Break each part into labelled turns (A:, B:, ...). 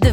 A: The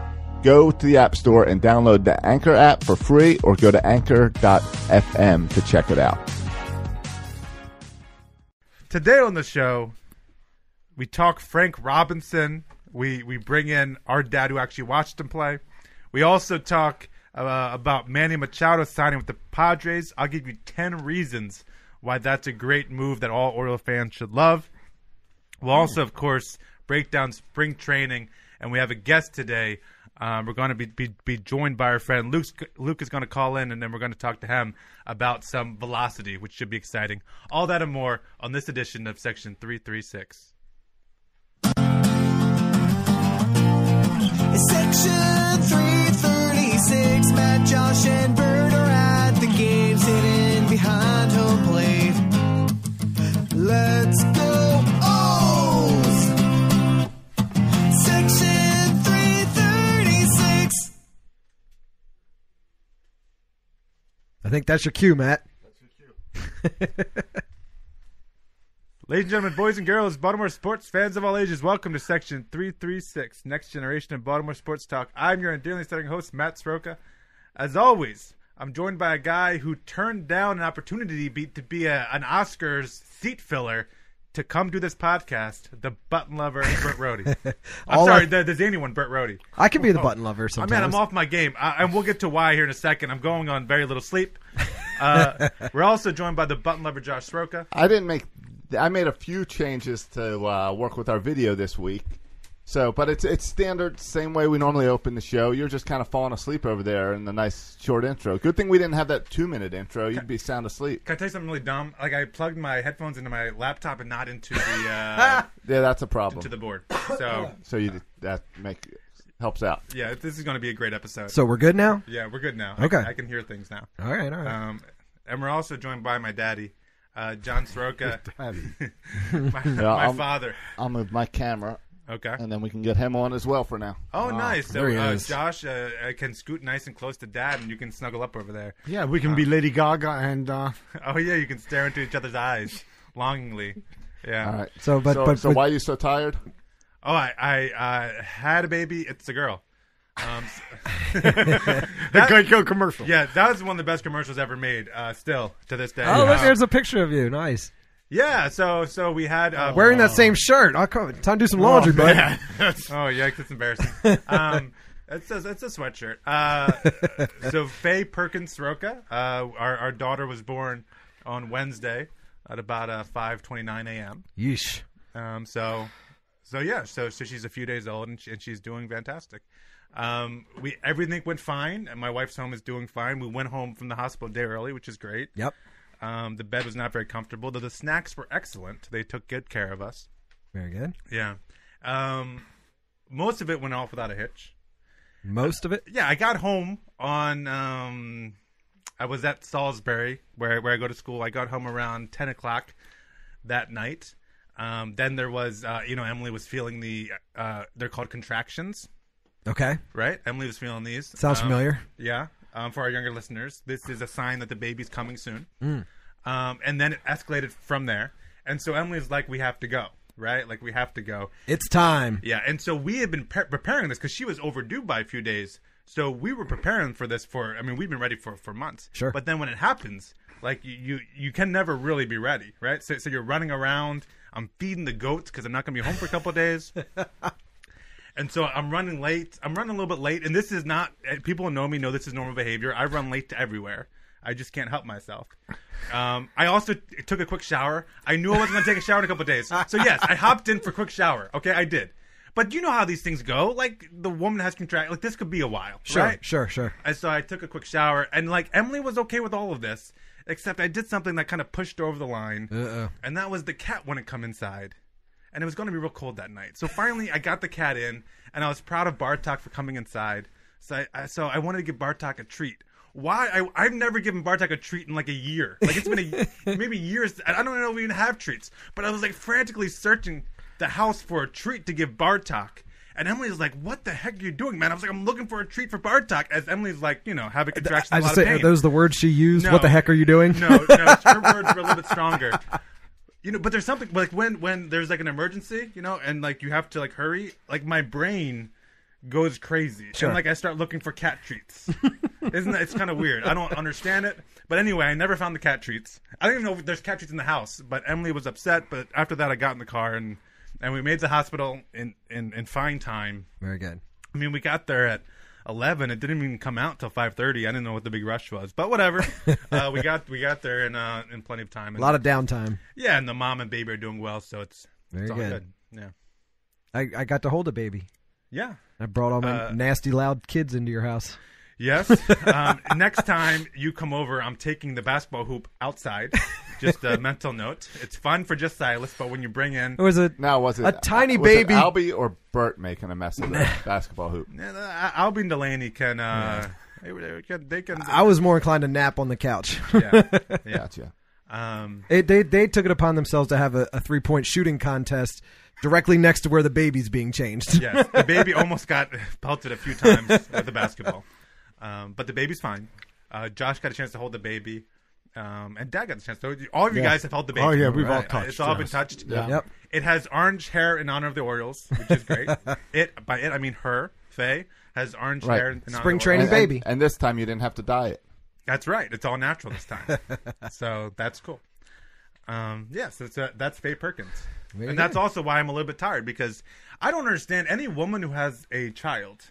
B: go to the App Store and download the Anchor app for free or go to anchor.fm to check it out.
C: Today on the show, we talk Frank Robinson. We, we bring in our dad who actually watched him play. We also talk uh, about Manny Machado signing with the Padres. I'll give you 10 reasons why that's a great move that all Oriole fans should love. We'll also, of course, break down spring training, and we have a guest today um, we're going to be, be, be joined by our friend Luke. Luke is going to call in, and then we're going to talk to him about some velocity, which should be exciting. All that and more on this edition of Section Three Three Six.
D: Section three thirty six. Matt, Josh, and Bird are at the game, sitting behind home plate. Let's go. O's! Section 336.
E: I think that's your cue, Matt.
C: Ladies and gentlemen, boys and girls, Baltimore sports fans of all ages, welcome to Section 336, Next Generation of Baltimore Sports Talk. I'm your endearingly starting host, Matt Sroka. As always, I'm joined by a guy who turned down an opportunity to be, to be a, an Oscars seat filler to come do this podcast, the button lover, Burt Rohde. I'm
E: All
C: sorry,
E: I-
C: the, the zany one, Burt Rohde.
E: I could be the button lover
C: I
E: sometimes.
C: mean, I'm off my game, I, and we'll get to why here in a second. I'm going on very little sleep. Uh, we're also joined by the button lover, Josh Sroka.
B: I didn't make. I made a few changes to uh, work with our video this week. So, but it's it's standard, same way we normally open the show. You're just kind of falling asleep over there in the nice short intro. Good thing we didn't have that two minute intro. You'd be sound asleep.
C: Can I tell you something really dumb? Like I plugged my headphones into my laptop and not into the uh,
B: Yeah, that's a problem.
C: to the board. So
B: so you did- that make helps out.
C: yeah, this is going to be a great episode.
E: so we're good now. Uh,
C: yeah, we're good now.
E: Okay.
C: I, I can hear things now.
E: All right, all right.
C: Um, and we're also joined by my daddy, uh, John Soroka, my, my
B: I'm-
C: father.
B: I'll move my camera,
C: Okay.
B: and then we can get him on as well for now.
C: Oh, nice. So
E: ah, there he
C: uh,
E: is.
C: Josh uh, uh, can scoot nice and close to dad, and you can snuggle up over there.
F: Yeah, we
E: uh,
F: can be Lady Gaga and uh,
C: Oh yeah, you can stare into each other's eyes longingly. Yeah.
B: All right.
E: So, but-
B: so,
E: but-
B: so
E: but-
B: why are you so tired?
C: Oh, I, I uh, had a baby. It's a girl. Um, that,
F: Geico commercial.
C: yeah, that was one of the best commercials ever made. Uh, still to this day.
E: oh,
C: Uh,
E: look, there's a picture of you. Nice.
C: yeah. So so we had uh,
E: Wearing that same shirt. I'll come. Time to do some laundry, bud.
C: oh yikes, it's embarrassing. Um, it's a, it's a sweatshirt. Uh, so Faye Perkins Soroka, uh, our our daughter was born on Wednesday at about uh, five twenty nine a.m.
E: Yeesh.
C: Um, so, so yeah, so so she's a few days old and, she, and she's doing fantastic. Um, we everything went fine, and my wife's home is doing fine. We went home from the hospital a day early, which is great.
E: Yep.
C: Um, the bed was not very comfortable, though the snacks were excellent. They took good care of us.
E: Very good.
C: Yeah. Um, most of it went off without a hitch.
E: Most of it.
C: Yeah, I got home on. Um, I was at Salisbury, where where I go to school. I got home around ten o'clock that night. Um, then there was, uh, you know, Emily was feeling the. Uh, they're called contractions.
E: Okay.
C: right? Emily was feeling these.
E: Sounds
C: Um,
E: familiar.
C: Yeah. Um, for our younger listeners, this is a sign that the baby's coming soon.
E: Mm.
C: Um, and then it escalated from there. And so Emily's like, we have to go, right? Like, we have to go.
E: It's time.
C: Yeah. And so we had been pre- preparing this because she was overdue by a few days. So we were preparing for this for, I mean, we've been ready for, for months.
E: Sure.
C: But then when it happens, like, you, you, you can never really be ready, right? So, so you're running around. I'm feeding the goats because I'm not going to be home for a couple of days. And so I'm running late. I'm running a little bit late, and this is not. eh, People who know me know this is normal behavior. I run late to everywhere. I just can't help myself. Um, I also t- took a quick shower. I knew I wasn't going to take a shower in a couple days, so yes, I hopped in for a quick shower. Okay, I did. But you know how these things go. Like the woman has contract. Like this could be a while,
E: Sure.
C: right?
E: Sure. Sure.
C: And so I took a quick shower, and like Emily was okay with all of this, except I did something that kind of pushed her over the line,
E: Uh-oh.
C: and that was the cat wouldn't come inside, and it was going to be real cold that night. So finally, I got the cat in, and I was proud of Bartok for coming inside. So I, I so I wanted to give Bartok a treat. Why I, I've never given Bartok a treat in like a year. Like it's been a, maybe years. I don't know if we even have treats. But I was like frantically searching the house for a treat to give Bartok. And Emily's like, "What the heck are you doing, man?" I was like, "I'm looking for a treat for Bartok." As Emily's like, you know, having contractions,
E: I
C: a lot
E: just
C: of
E: say, are
C: pain.
E: those the words she used?
C: No.
E: What the heck are you doing?
C: No, no, her words were a little bit stronger. You know, but there's something like when when there's like an emergency, you know, and like you have to like hurry. Like my brain goes crazy,
E: Sure.
C: and like I start looking for cat treats. Isn't that? It's kind of weird. I don't understand it. But anyway, I never found the cat treats. I don't even know if there's cat treats in the house. But Emily was upset. But after that, I got in the car and and we made the hospital in in in fine time.
E: Very good.
C: I mean, we got there at eleven. It didn't even come out till five thirty. I didn't know what the big rush was, but whatever. uh, we got we got there in uh, in plenty of time.
E: A lot of downtime.
C: yeah, and the mom and baby are doing well, so it's
E: Very
C: it's all good.
E: good.
C: Yeah,
E: I, I got to hold a baby.
C: yeah.
E: I brought all my
C: Uh,
E: nasty, loud kids into your house.
C: Yes. Um, next time you come over, I'm taking the basketball hoop outside. Just a mental note. It's fun for just Silas, but when you bring in,
E: It was a
B: Now was it
E: a tiny
B: was it
E: baby.
B: Albie or Bert making a mess of the basketball hoop?
C: uh, Albie and Delaney can uh, they, they can they can
E: I was more inclined to nap on the couch.
C: yeah yeah.
B: Gotcha.
C: Um,
E: It, they they took it upon themselves to have a, a three point shooting contest directly next to where the baby's being changed.
C: yes, the baby almost got pelted a few times with the basketball, um, but the baby's fine. Uh, Josh got a chance to hold the baby, um, and Dad got the chance. So all of you
E: Yeah.
C: guys have held the baby.
F: Oh, yeah, we've all touched,
C: It's all been
F: yes.
C: touched.
B: Yeah.
E: Yep.
C: It has orange hair in honor of the Orioles, which is great. it by it I mean her. Faye has orange
B: Right.
C: hair. In honor
E: Spring
C: of the
E: training
C: Orioles.
B: And, and-
E: baby.
B: and this time you didn't have to dye it.
C: That's right. It's all natural this time. so that's cool. Um, yeah, so it's, uh, that's Faye Perkins. and that's also why I'm a little bit tired because I don't understand any woman who has a child.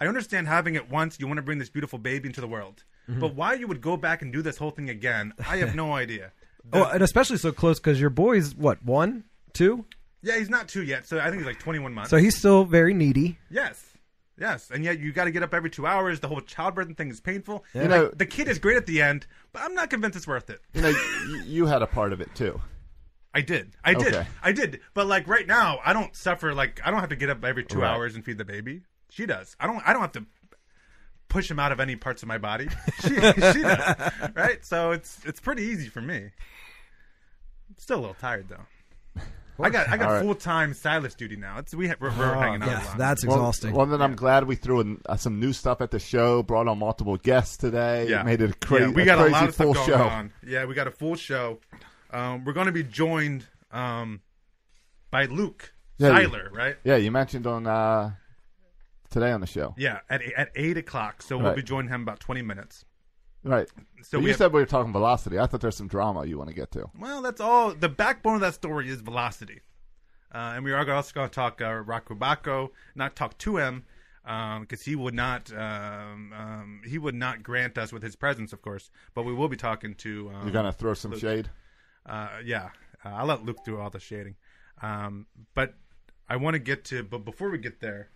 C: I understand having it once, you want to bring this beautiful baby into the world.
B: Mm-hmm.
C: But why you would go back and do this whole thing again, I have no idea.
E: Oh, and especially so close because your boy's what one, two,
C: Yeah, he's not two yet, so I think he's like 21 months.
E: so he's still very needy.
C: yes. Yes, and yet you got to get up every two hours. The whole childbirth thing is painful.
B: You know-
C: Like, the kid is great at the end, but I'm not convinced it's worth it.
B: You know, you, you had a part of it too.
C: I did. I did.
B: Okay.
C: I did. But like right now, I don't suffer like I don't have to get up every 2
B: Right.
C: hours and feed the baby. She does. I don't I don't have to push him out of any parts of my body. She, she does. Right? So it's it's pretty easy for me. still a little tired though. I got I got
B: All right. Oh,
C: full time Silas duty now. It's we ha- we're, we're hanging out a
E: Yes,
C: lot.
E: that's
B: Well-
E: exhausting.
B: Well, then I'm glad we threw in uh, some new stuff at the show. Brought on multiple guests today. Made it a, cra-
C: Yeah, we
B: a
C: got
B: crazy
C: a lot of
B: full
C: stuff going
B: show.
C: on. Yeah, we got a full show. Um, we're going to be joined um, by Luke
B: Yeah, we-
C: Seiler, right?
B: Yeah, you mentioned on uh, today on the show,
C: Yeah, at at eight o'clock. So we'll
B: Right.
C: be joining him in about twenty minutes.
B: right?
C: So
B: So you
C: we have-
B: said we were talking velocity. I thought there's some drama you want to get to.
C: Well, that's all. The backbone of that story is velocity, uh, and we are also going to talk uh, Rakubako, not talk to him, because he would not um, um, he would not grant us with his presence, of course. But we will be talking to. Um,
B: You're gonna throw some shade.
C: uh, yeah, uh, I'll let Luke do all the shading. Um, but I want to get to, but before we get there,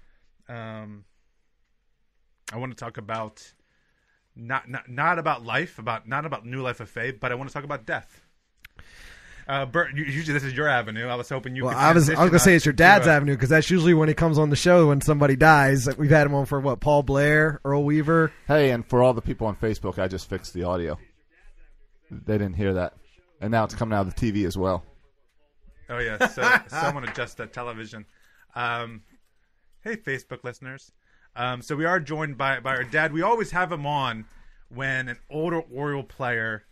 C: um, I want to talk about not not not about life, about not about new life of faith, but I want to talk about death. Uh, Bert, you- usually this is your avenue. I was hoping you.
E: Well,
C: could
E: I was I was
C: transition
E: gonna say
C: us
E: it's your dad's
C: to, uh,
E: avenue because that's usually when he comes on the show when somebody dies. We've had him on for what Paul Blair, Earl Weaver.
B: Hey, and for all the people on Facebook, I just fixed the audio. They didn't hear that, and now it's coming out of the TV as well.
C: Oh yeah, so, someone adjust that television. Um, hey, Facebook listeners, Um, so we are joined by by our dad. We always have him on when an older Oriole player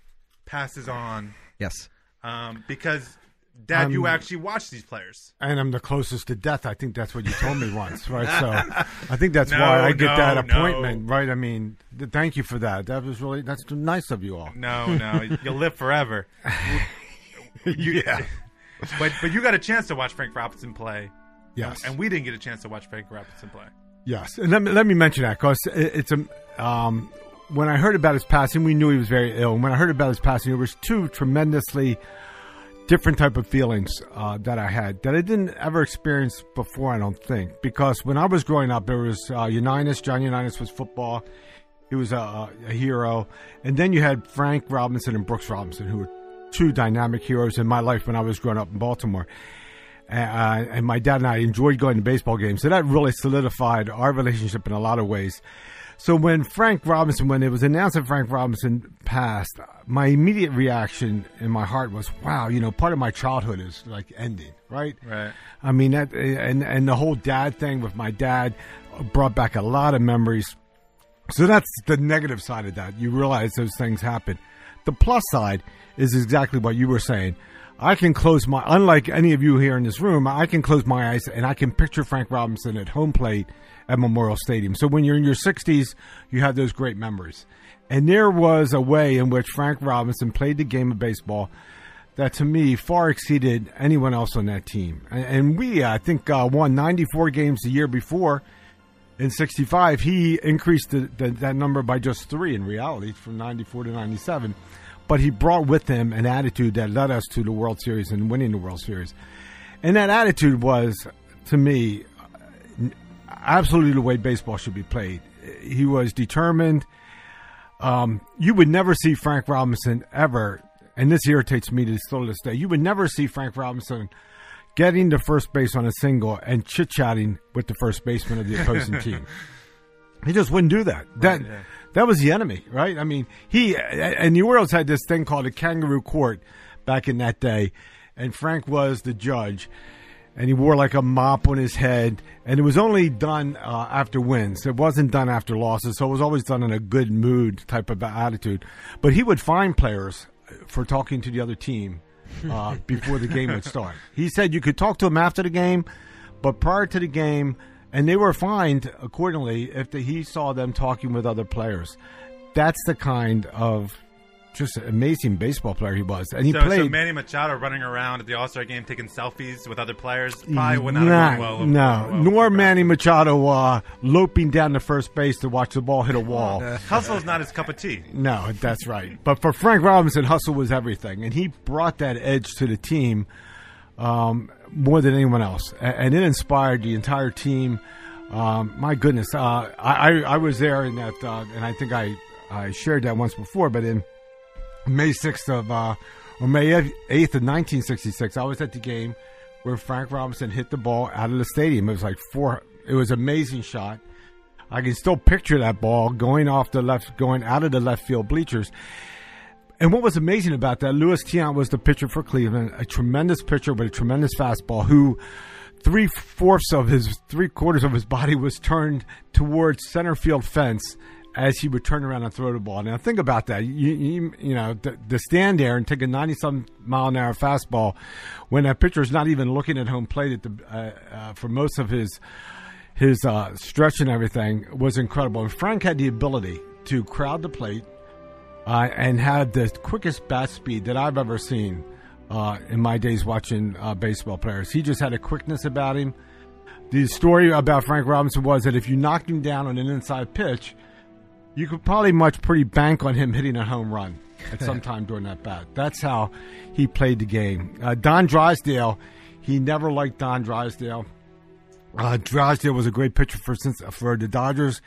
C: passes on,
E: Yes.
C: um, because dad, you actually watch these players.
F: And I'm the closest to death. I think that's what you told me once, right? So I think that's why
C: No,
F: I get
C: no,
F: that
C: no.
F: appointment, right? I mean, th- thank you for that. That was really that's nice of you all.
C: No, no, you'll live forever. yeah. But but you got a chance to watch Frank Robinson play,
F: Yes.
C: and we didn't get a chance to watch Frank Robinson play.
F: Yes, and let me, let me mention that because it's a um, when I heard about his passing, we knew he was very ill. And when I heard about his passing, it was two tremendously different type of feelings uh, that I had that I didn't ever experience before. I don't think because when I was growing up, there was uh, Unitas. John Unitas was football. He was a, a hero, and then you had Frank Robinson and Brooks Robinson, who were two dynamic heroes in my life when I was growing up in Baltimore uh, and my dad and I enjoyed going to baseball games. So that really solidified our relationship in a lot of ways. So when Frank Robinson, when it was announced that Frank Robinson passed, my immediate reaction in my heart was, "Wow, you know, part of my childhood is like ending, right?
C: Right.
F: I mean that, and and the whole dad thing with my dad brought back a lot of memories. So that's the negative side of that. You realize those things happen. The plus side is exactly what you were saying. I can close my, unlike any of you here in this room, I can close my eyes and I can picture Frank Robinson at home plate at Memorial Stadium. So when you're in your 60s, you have those great memories. And there was a way in which Frank Robinson played the game of baseball that to me far exceeded anyone else on that team. And, and we, I think, uh, won 94 games the year before in 65 he increased the, the, that number by just three in reality from 94 to 97 but he brought with him an attitude that led us to the world series and winning the world series and that attitude was to me absolutely the way baseball should be played he was determined Um, you would never see Frank Robinson ever, and this irritates me to still this day. You would never see Frank Robinson getting to first base on a single and chit chatting with the first baseman of the opposing team. He just wouldn't do that. That that was the enemy, right? I mean, he and the Orioles had this thing called a kangaroo court back in that day, and Frank was the judge and he wore like a mop on his head. And it was only done uh, after wins. It wasn't done after losses. So it was always done in a good mood type of attitude. But he would fine players for talking to the other team uh, before the game would start. He said you could talk to him after the game, but prior to the game, and they were fined accordingly if the, he saw them talking with other players. That's the kind of just amazing baseball player he was, and he
C: So,
F: played.
C: so Manny Machado running around at the All Star game taking selfies with other players probably would not
F: Nah,
C: have gone well.
F: no,
C: well
F: nor
C: for Brad.
F: Manny Machado uh, loping down to first base to watch the ball hit a wall.
C: Hustle's not his cup of tea.
F: No, that's right. But for Frank Robinson, hustle was everything, and he brought that edge to the team um, more than anyone else, A- and it inspired the entire team. Um, my goodness, uh, I, I I was there in that, uh, and I think I I shared that once before, but in May sixth of uh, or May eighth of nineteen sixty six, I was at the game where Frank Robinson hit the ball out of the stadium. It was like four. It was an amazing shot. I can still picture that ball going off the left, going out of the left field bleachers. And what was amazing about that, Louis Tiant was the pitcher for Cleveland, a tremendous pitcher with a tremendous fastball, who three fourths of his, three quarters of his body was turned towards center field fence as he would turn around and throw the ball. Now think about that. You, you, you know, to, to stand there and take a 90 some mile an hour fastball when that pitcher is not even looking at home plate at the, uh, uh, for most of his, his uh, stretch and everything was incredible. And Frank had the ability to crowd the plate uh, and had the quickest bat speed that I've ever seen uh, in my days watching uh, baseball players. He just had a quickness about him. The story about Frank Robinson was that if you knocked him down on an inside pitch, you could probably much pretty bank on him hitting a home run at some time during that bat. That's how he played the game. Uh, Don Drysdale, he never liked Don Drysdale. Uh, Drysdale was a great pitcher for since for the Dodgers.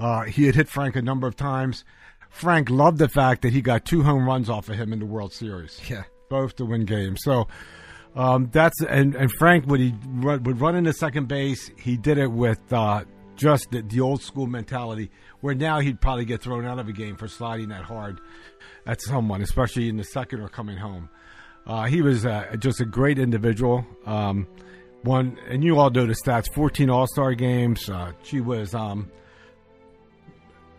F: Uh, he had hit Frank a number of times. Frank loved the fact that he got two home runs off of him in the World Series.
E: Yeah.
F: both to win games. So um, that's and and Frank would he run, would run into second base. He did it with uh, just the, the old school mentality, where now he'd probably get thrown out of a game for sliding that hard at someone, especially in the second or coming home. Uh, he was uh, just a great individual. Um, One, and you all know the stats: fourteen All Star games. Uh, gee whiz, um,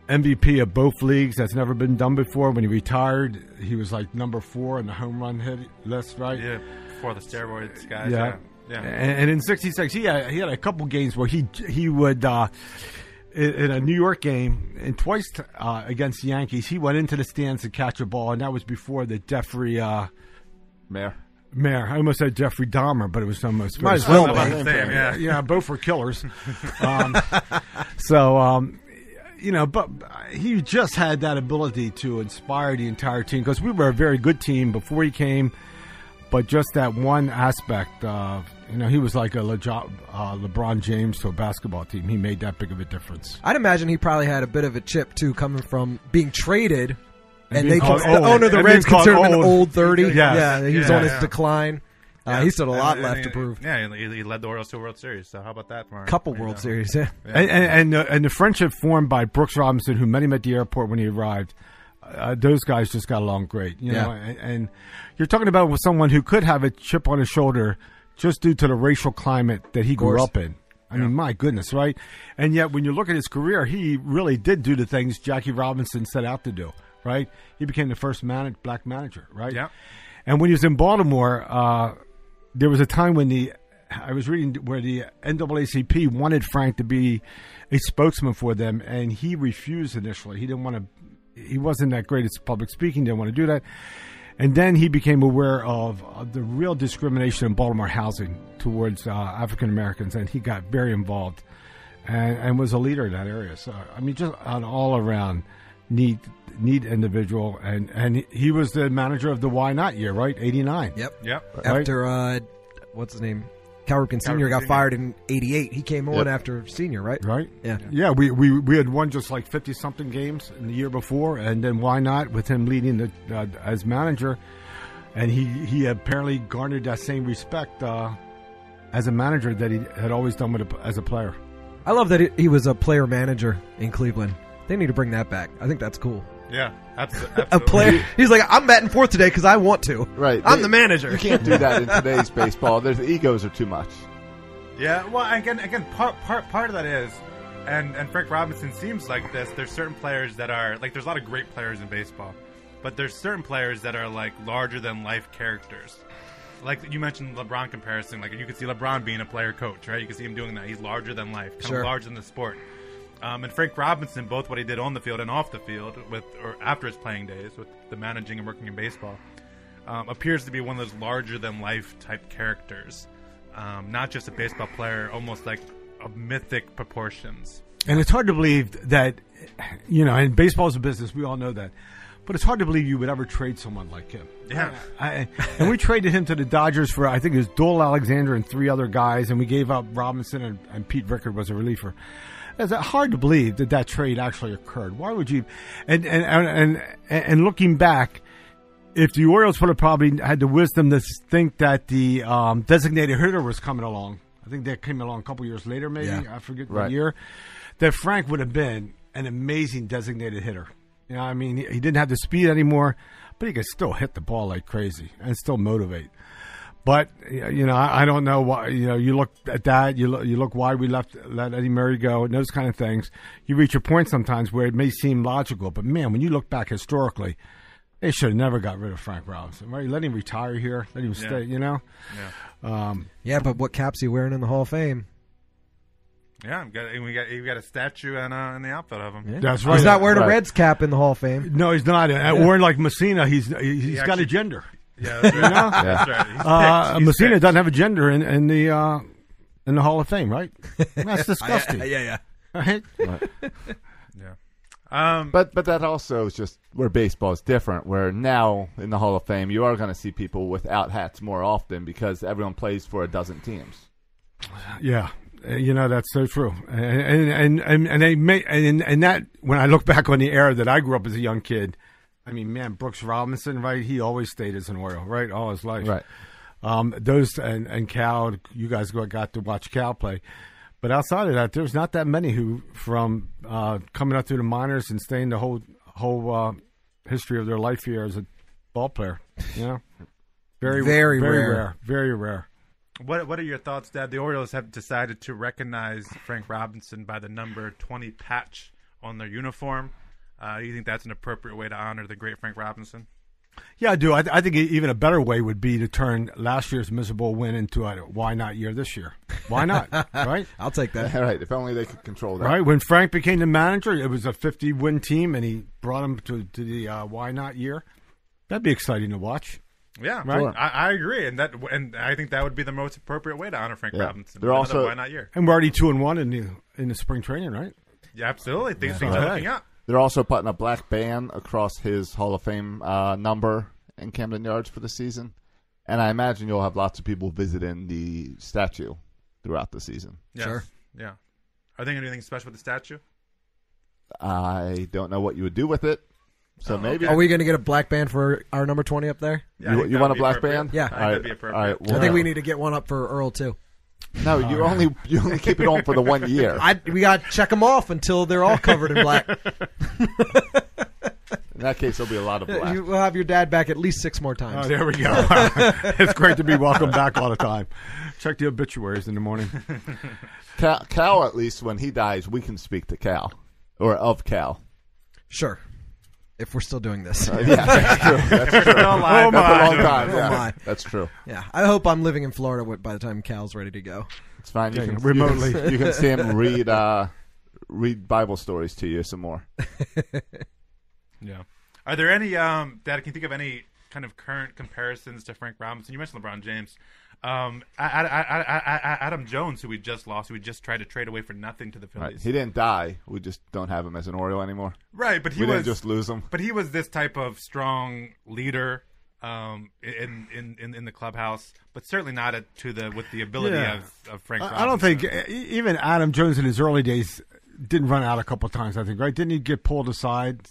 F: MVP of both leagues. That's never been done before. When he retired, he was like number four in the home run hit list, right?
C: Yeah, before the steroids guys.
F: Yeah.
C: Yeah. yeah.
F: And, and in '66, he had, he had a couple games where he he would uh, in, in a New York game and twice uh, against the Yankees, he went into the stands to catch a ball, and that was before the Jeffrey uh,
B: Mayor.
F: Mayor. I almost said Jeffrey Dahmer, but it was almost
E: Might as
C: I
E: well
C: don't know
E: be.
C: about the same, yeah.
F: yeah, both were killers. Um, so, um, you know, but he just had that ability to inspire the entire team because we were a very good team before he came, but just that one aspect of, you know, he was like a Lejo- uh, LeBron James to a basketball team. He made that big of a difference.
E: I'd imagine he probably had a bit of a chip too, coming from being traded, and,
F: And
E: they
F: being called
E: cons- the
F: old.
E: owner of the
F: And
E: Reds
F: being called
E: considered him an
F: old.
E: old thirty.
F: Yes.
E: Yeah, he was
C: Yeah,
E: on his
C: yeah.
E: decline. Uh,
C: Yeah.
E: He still had a lot
C: And-
E: left
C: and
E: to
C: he-
E: prove.
C: Yeah, he, he led the Orioles to a World Series. So how about that? Mark?
E: Couple
C: You
E: World
C: know.
E: Series. Yeah.
F: And, and, and, the, and the friendship formed by Brooks Robinson, who met him at the airport when he arrived, uh, those guys just got along great. You
E: Yeah.
F: know, and, and you're talking about with someone who could have a chip on his shoulder just due to the racial climate that he grew
E: course.
F: up in. I mean, my goodness, right? And yet, when you look at his career, he really did do the things Jackie Robinson set out to do, right? He became the first man- black manager, right?
C: Yeah.
F: And when he was in Baltimore, uh, there was a time when the I was reading where the NAACP wanted Frank to be a spokesman for them, and he refused initially. He didn't want to. He wasn't that great at public speaking. Didn't want to do that. And then he became aware of, of the real discrimination in Baltimore housing towards uh, African Americans, and he got very involved and, and was a leader in that area. So I mean, just an all around neat neat individual, and and he was the manager of the Why Not year, right? Eighty nine.
E: Yep.
C: Yep.
E: After uh, what's his name, Cal Ripken Senior got
C: Ripken,
E: fired in '88. He came on after Senior, right?
F: Right.
E: Yeah.
F: Yeah. We, we we had won just like fifty something games in the year before, and then why not with him leading the uh, as manager, and he he apparently garnered that same respect uh, as a manager that he had always done with a, as a player.
E: I love that he- he was a player manager in Cleveland. They need to bring that back. I think that's cool.
C: Yeah. Abso-
E: A
C: absolutely.
E: player. He's like, I'm batting fourth today because I want to.
B: Right.
E: I'm
B: They-
E: the manager.
B: You can't do that in today's baseball. There's, the egos are too much.
C: Yeah, well, again, again, part part part of that is, and and Frank Robinson seems like this. There's certain players that are like, there's a lot of great players in baseball, but there's certain players that are like larger than life characters. Like you mentioned, LeBron comparison. Like you could see LeBron being a player coach, right? You can see him doing that. He's larger than life, kind
E: Sure.
C: of larger than the sport. Um, and Frank Robinson, both what he did on the field and off the field, with or after his playing days, with the managing and working in baseball, um, appears to be one of those larger than life type characters. Um, not just a baseball player, almost like of mythic proportions.
F: And it's hard to believe that, you know, and baseball's a business. We all know that. But it's hard to believe you would ever trade someone like him.
C: Yeah.
F: I, and we traded him to the Dodgers for, I think it was Doyle Alexander and three other guys, and we gave up Robinson and, and Pete Rickard was a reliever. It's hard to believe that that trade actually occurred. Why would you? And, and, and, and, and looking back, if the Orioles would have probably had the wisdom to think that the um, designated hitter was coming along, I think that came along a couple years later, maybe.
E: Yeah.
F: I forget
B: Right.
F: the year. That Frank would have been an amazing designated hitter. You know, I mean, he, he didn't have the speed anymore, but he could still hit the ball like crazy and still motivate. But y- you know, I, I don't know why. You know, you look at that. You look, you look why we left let Eddie Murray go and those kind of things. You reach a point sometimes where it may seem logical, but man, when you look back historically, they should have never got rid of Frank Robinson. Right? Let him retire here. Let him stay. You know. Um,
E: Yeah, but what cap's he wearing in the Hall of Fame?
C: Yeah, I'm got, and we got you got a statue and uh, in the outfit of him.
F: that's right.
E: He's not wearing a
B: Right.
E: Reds cap in the Hall of Fame.
F: No, he's not. Uh, Or like Messina, he's he's got
C: actually-
F: a gender.
C: Yeah, that's right. That's right. He's
F: Uh,
C: picked. He's
F: Messina
C: picked.
F: doesn't have a gender in, in the uh, in the Hall of Fame, right? That's disgusting.
E: yeah.
F: Right?
C: Um,
B: But but that also is just where baseball is different. Where now in the Hall of Fame, you are going to see people without hats more often because everyone plays for a dozen teams.
F: Yeah, Uh, you know that's so true, and and and and they may and and that when I look back on the era that I grew up as a young kid, I mean, man, Brooks Robinson, right? He always stayed as an Oriole, right, all his life,
B: Right.
F: Um, those and and Cal, you guys got got to watch Cal play, but outside of that, there's not that many who from uh, coming up through the minors and staying the whole whole uh, history of their life here as a ball player, you know. Very
E: Very
F: very
E: rare.
F: rare, very rare.
C: What What are your thoughts, Dad? The Orioles have decided to recognize Frank Robinson by the number twenty patch on their uniform. Uh, do you think that's an appropriate way to honor the great Frank Robinson?
F: Yeah, I do. I, th- I think e- even a better way would be to turn last year's miserable win into a why not year this year. Why not? right?
E: I'll take that.
B: All right, if only they could control that.
F: Right? When Frank became the manager, it was a 50 win team, and he brought him to, to the uh, why not year. That'd be exciting to watch.
C: Yeah,
B: Sure.
C: I, I agree, and that and I think that would be the most appropriate way to honor Frank
B: Yeah.
C: Robinson.
B: They're
C: Another
B: also-
C: why not year?
F: And we're already 2 and 1 in the, in the spring training, right?
C: Yeah, absolutely. Things, things are
F: Right.
C: looking up.
B: They're also putting a black band across his Hall of Fame uh, number in Camden Yards for the season, and I imagine you'll have lots of people visiting the statue throughout the season.
C: Yes.
E: Sure.
C: Yeah. Are they going to do anything special with the statue?
B: I don't know what you would do with it, so maybe
E: Are we going to get a black band for our number 20 up there?
C: Oh, Yeah, I
B: You-
C: think
B: you
C: that
B: want
C: would
B: a
C: be
B: black
C: appropriate.
B: band?
E: Yeah.
C: I think that'd
B: All
C: be
B: right,
C: appropriate.
B: all right, well-
E: I think we need to get one up for Earl, too.
B: no. You only you only keep it on for the one year.
E: I, we got to check them off until they're all covered in black.
B: In that case, there'll be a lot of black.
E: you, we'll have your dad back at least six more times.
F: Oh, there we go. it's great to be welcome back all the time. Check the obituaries in the morning.
B: Cal, Cal, at least when he dies, we can speak to Cal or of Cal.
E: Sure. If we're still doing this.
B: Uh, Yeah, that's true. That's true.
C: Still alive.
B: That's a long time.
E: Oh,
B: Yeah,
E: my.
B: that's true.
E: yeah. I hope I'm living in Florida wi- by the time Cal's ready to go.
B: It's fine. You
F: Yeah,
B: can you
F: remotely.
B: can- You can see him read uh, read Bible stories to you some more.
C: Yeah. Are there any, um, Dad, can you think of any kind of current comparisons to Frank Robinson? You mentioned LeBron James. Um, I, I, I, I, I, Adam Jones, who we just lost, who we just tried to trade away for nothing to the
B: Right.
C: Phillies.
B: He didn't die. We just don't have him as an Oriole anymore.
C: Right, but he
B: we
C: was
B: didn't just lose him.
C: But he was this type of strong leader um, in, in in in the clubhouse, but certainly not a, to the with the ability
F: Yeah.
C: of, of Frank.
F: I, I don't think
C: Robinson.
F: e- even Adam Jones in his early days didn't run out a couple of times. I think right didn't he get pulled aside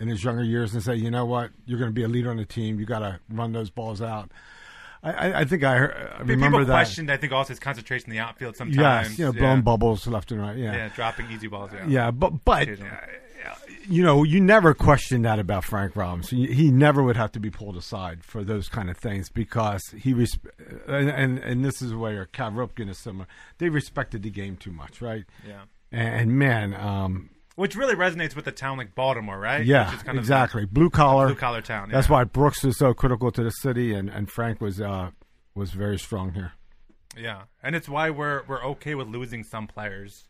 F: in his younger years and say, you know what, you're going to be a leader on the team. You got to run those balls out. I, I, I think I, heard, I
C: I mean,
F: remember
C: people
F: that.
C: questioned. I think also his concentration in the outfield sometimes.
F: yes, you know, blowing bubbles left and right. Yeah,
C: yeah, dropping easy balls. Yeah,
F: yeah, but but
C: Occasionally.
F: you know, you never questioned that about Frank Robinson. He- He never would have to be pulled aside for those kind of things because he res- and, and and this is where Cal Ripken is similar. They respected the game too much, right?
C: Yeah.
F: And, and man, um,
C: which really resonates with a town like Baltimore, right?
F: yeah,
C: Which is kind of-
F: exactly. blue collar,
C: blue collar town,
F: That's
C: yeah.
F: why Brooks was so critical to the city, and and Frank was uh was very strong here.
C: yeah, and it's why we're we're okay with losing some players